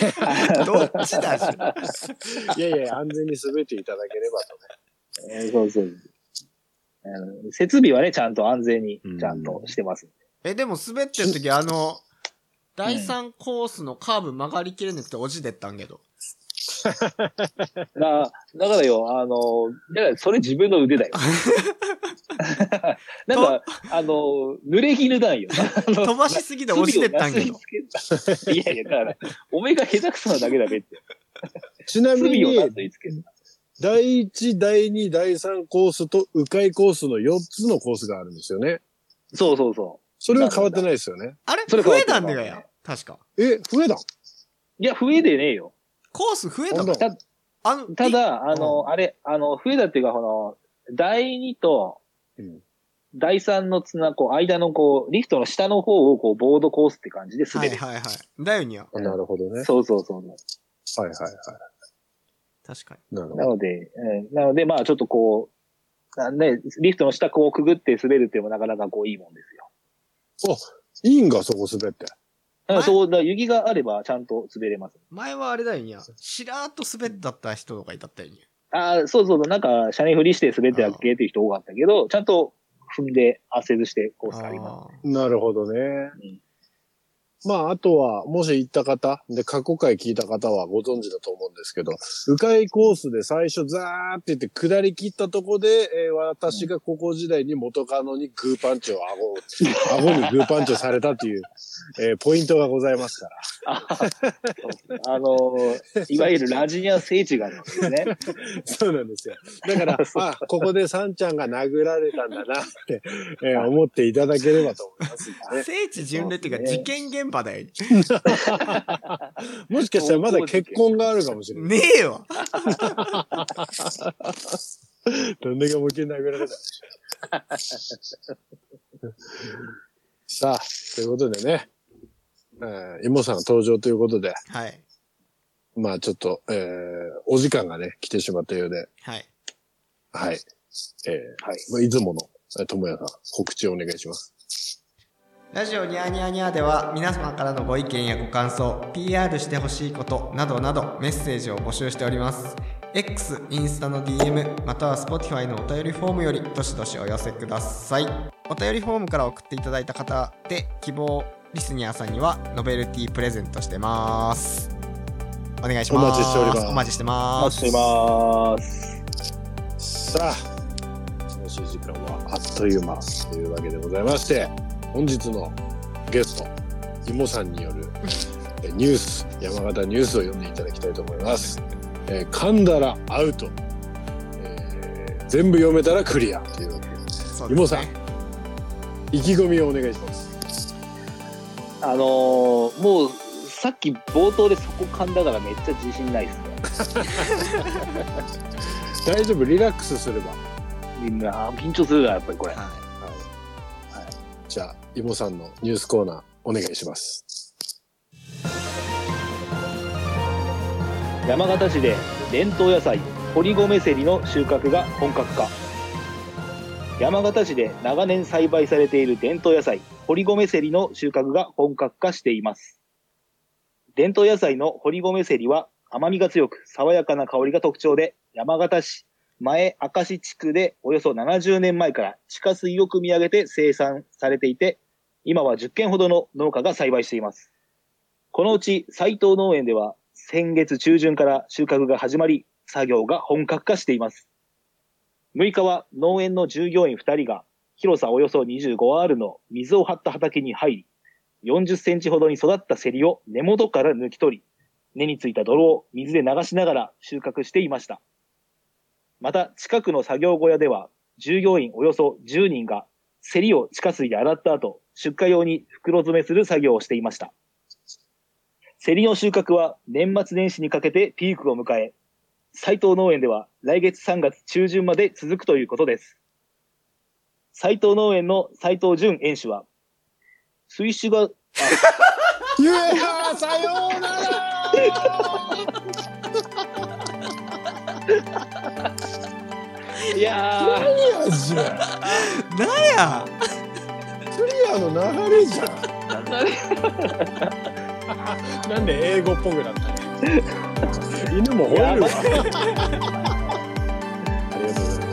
Speaker 1: どっちだし。
Speaker 6: いやいや、安全に滑っていただければとね。
Speaker 5: えーそうそう。あの設備はね、ちゃんと安全に
Speaker 6: う、ん
Speaker 5: ちゃんとしてます。
Speaker 1: え、でも滑ってる時あの、第3コースのカーブ曲がりきれなくて落ちてったんけど。
Speaker 5: だだからよ、あの、だからそれ自分の腕だ よ。なんか、あの、濡れ衣だんよ。
Speaker 1: 飛ばしすぎて落ちてったんけ
Speaker 5: 罪を
Speaker 1: ど
Speaker 5: な。すりつけたいやいや、だから、おめえが下手くそなだけだべって。
Speaker 6: ちなみ
Speaker 5: 罪を
Speaker 6: に
Speaker 5: な、すりつけた。
Speaker 6: 第1、第2、第3コースと迂回コースの4つのコースがあるんですよね。
Speaker 5: そうそうそ
Speaker 6: それは変わってないですよね。
Speaker 1: あれ
Speaker 5: それ
Speaker 1: 増
Speaker 5: 変わ
Speaker 1: え
Speaker 5: って
Speaker 1: た
Speaker 5: る
Speaker 1: ん
Speaker 5: の
Speaker 1: だよや。確か。
Speaker 6: え、増えたん
Speaker 5: う。いや、増えでねえよ。
Speaker 1: コース増えた
Speaker 6: ほ
Speaker 1: の
Speaker 6: んと
Speaker 5: た
Speaker 1: あの、
Speaker 5: た
Speaker 1: い、
Speaker 5: だ、あの、あれ、あの、増えたっていうか、この、第2と
Speaker 6: うん、
Speaker 5: 第3のつな、こう、間のこう、リフトの下の方をこう、ボードコースって感じで
Speaker 1: は
Speaker 5: 滑
Speaker 1: い
Speaker 5: る。
Speaker 1: はいはい。だよにゃ。
Speaker 6: あなるほどね。はい
Speaker 5: そうそうそう。
Speaker 6: はいはい。
Speaker 1: 確かに。
Speaker 6: なるほ
Speaker 5: な
Speaker 6: ど。
Speaker 5: ので、うん、なので、まあ、ちょっとこう、あね、リフトの下こうくぐって滑るっていうのもなかなかこういいもんですよ。
Speaker 6: インがそこ滑って。
Speaker 5: う
Speaker 1: は
Speaker 5: ん、
Speaker 1: い
Speaker 5: そうだ、雪があればちゃんと滑れます。
Speaker 1: 前はあれだよにゃ。しらーっと滑ったった人とかいたったよにゃ。
Speaker 5: ああ、そうそうそう、なんか、車輪振りして滑ってやっけっていう人多かったけど、ちゃんと踏んで焦ずしてコースあります。
Speaker 1: あ
Speaker 6: なるほどね。
Speaker 5: ん
Speaker 6: まあ、あとは、もし行った方、で、過去回聞いた方はご存知だと思うんですけど、迂回コースで最初ザーって言って下り切ったとこで、えー私が高校時代に元カノにグーパンチを顎を、顎にグーパンチをされたという、えーポイントがございますから。
Speaker 5: あのー、いわゆるラジニア聖地があるんですね。
Speaker 6: そうなんですよ。だ から、あ、ここでサンちゃんが殴られたんだなって、えー思っていただければと思いますんで
Speaker 1: ー
Speaker 6: ね。
Speaker 1: 聖地巡礼っていうか事件現場だよ。
Speaker 6: もしかしたらまだ結婚があるかもしれない。
Speaker 1: ねえわ。
Speaker 6: どんだけ思いっきり殴られた。さあ、ということでね、えー、イモさん登場ということで、
Speaker 1: はい。
Speaker 6: まあちょっと、えー、お時間がね、来てしまったようで、
Speaker 1: はい。
Speaker 6: はい。え
Speaker 5: はい。
Speaker 6: ー、まあいつもの、えーともやさん、告知をお願いします。
Speaker 1: ラジオニャーニャーニャーでは皆様からのご意見やご感想、PR してほしいことなどなどメッセージを募集しております。X、インスタの DM、または Spotify のお便りフォームよりどしどしお寄せください。お便りフォームから送っていただいた方で希望リスニアさんにはノベルティプレゼントしてます。お願いします。
Speaker 6: お待ちしております
Speaker 1: お待ちしてま
Speaker 5: 待
Speaker 1: す。
Speaker 5: ってまーす。
Speaker 6: さあ、楽しい時間はあっという間というわけでございまして、本日のゲスト、イモさんによるえーニュース、山形ニュースを読んでいただきたいと思います。えー噛んだらアウト、えー全部読めたらクリアというわけで
Speaker 1: そう
Speaker 6: イ
Speaker 1: で
Speaker 6: モ
Speaker 1: す
Speaker 6: さん
Speaker 1: ね。、
Speaker 6: 意気込みをお願いします。
Speaker 5: あのー、もう、さっき冒頭でそこ噛んだからめっちゃ自信ないっすね。
Speaker 6: 大丈夫、リラックスすれば。
Speaker 5: みんな、あー緊張するな、やっぱりこれ。
Speaker 1: はい
Speaker 6: じゃあ、イモさんのニュースコーナー、お願いします。
Speaker 5: 山形市で伝統野菜堀米セリの収穫が本格化山形市で長年栽培されている伝統野菜堀米セリの収穫が本格化しています伝統野菜の堀米セリは甘みが強く爽やかな香りが特徴で山形市前明石地区でおよそ70年前から地下水を汲み上げて生産されていて今は10軒ほどの農家が栽培していますこのうち斎藤農園では先月中旬から収穫が始まり、作業が本格化しています。6日は農園の従業員2人が広さおよそ25アールの水を張った畑に入り、 40センチほどに育ったセリを根元から抜き取り、根についた泥を水で流しながら収穫していました。また、近くの作業小屋では、従業員およそ10人が、セリを地下水で洗った後、出荷用に袋詰めする作業をしていました。セリの収穫は年末年始にかけてピークを迎え、斉藤農園では来月3月中旬まで続くということです。斉藤農園の斉藤淳園主は、水種が、
Speaker 6: いやーさようなら
Speaker 5: いや
Speaker 6: 何やじゃ
Speaker 1: なんや
Speaker 6: んクリアの流れじゃん なんで英語っぽくなったの犬も吠えるわありがとうございました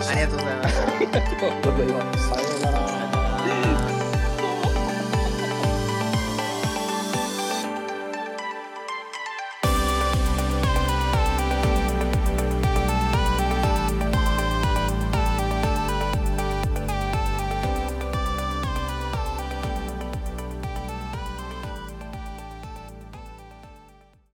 Speaker 1: ありがとうございました
Speaker 5: ー、
Speaker 6: さよ
Speaker 1: あり
Speaker 6: うなら
Speaker 1: がとうございます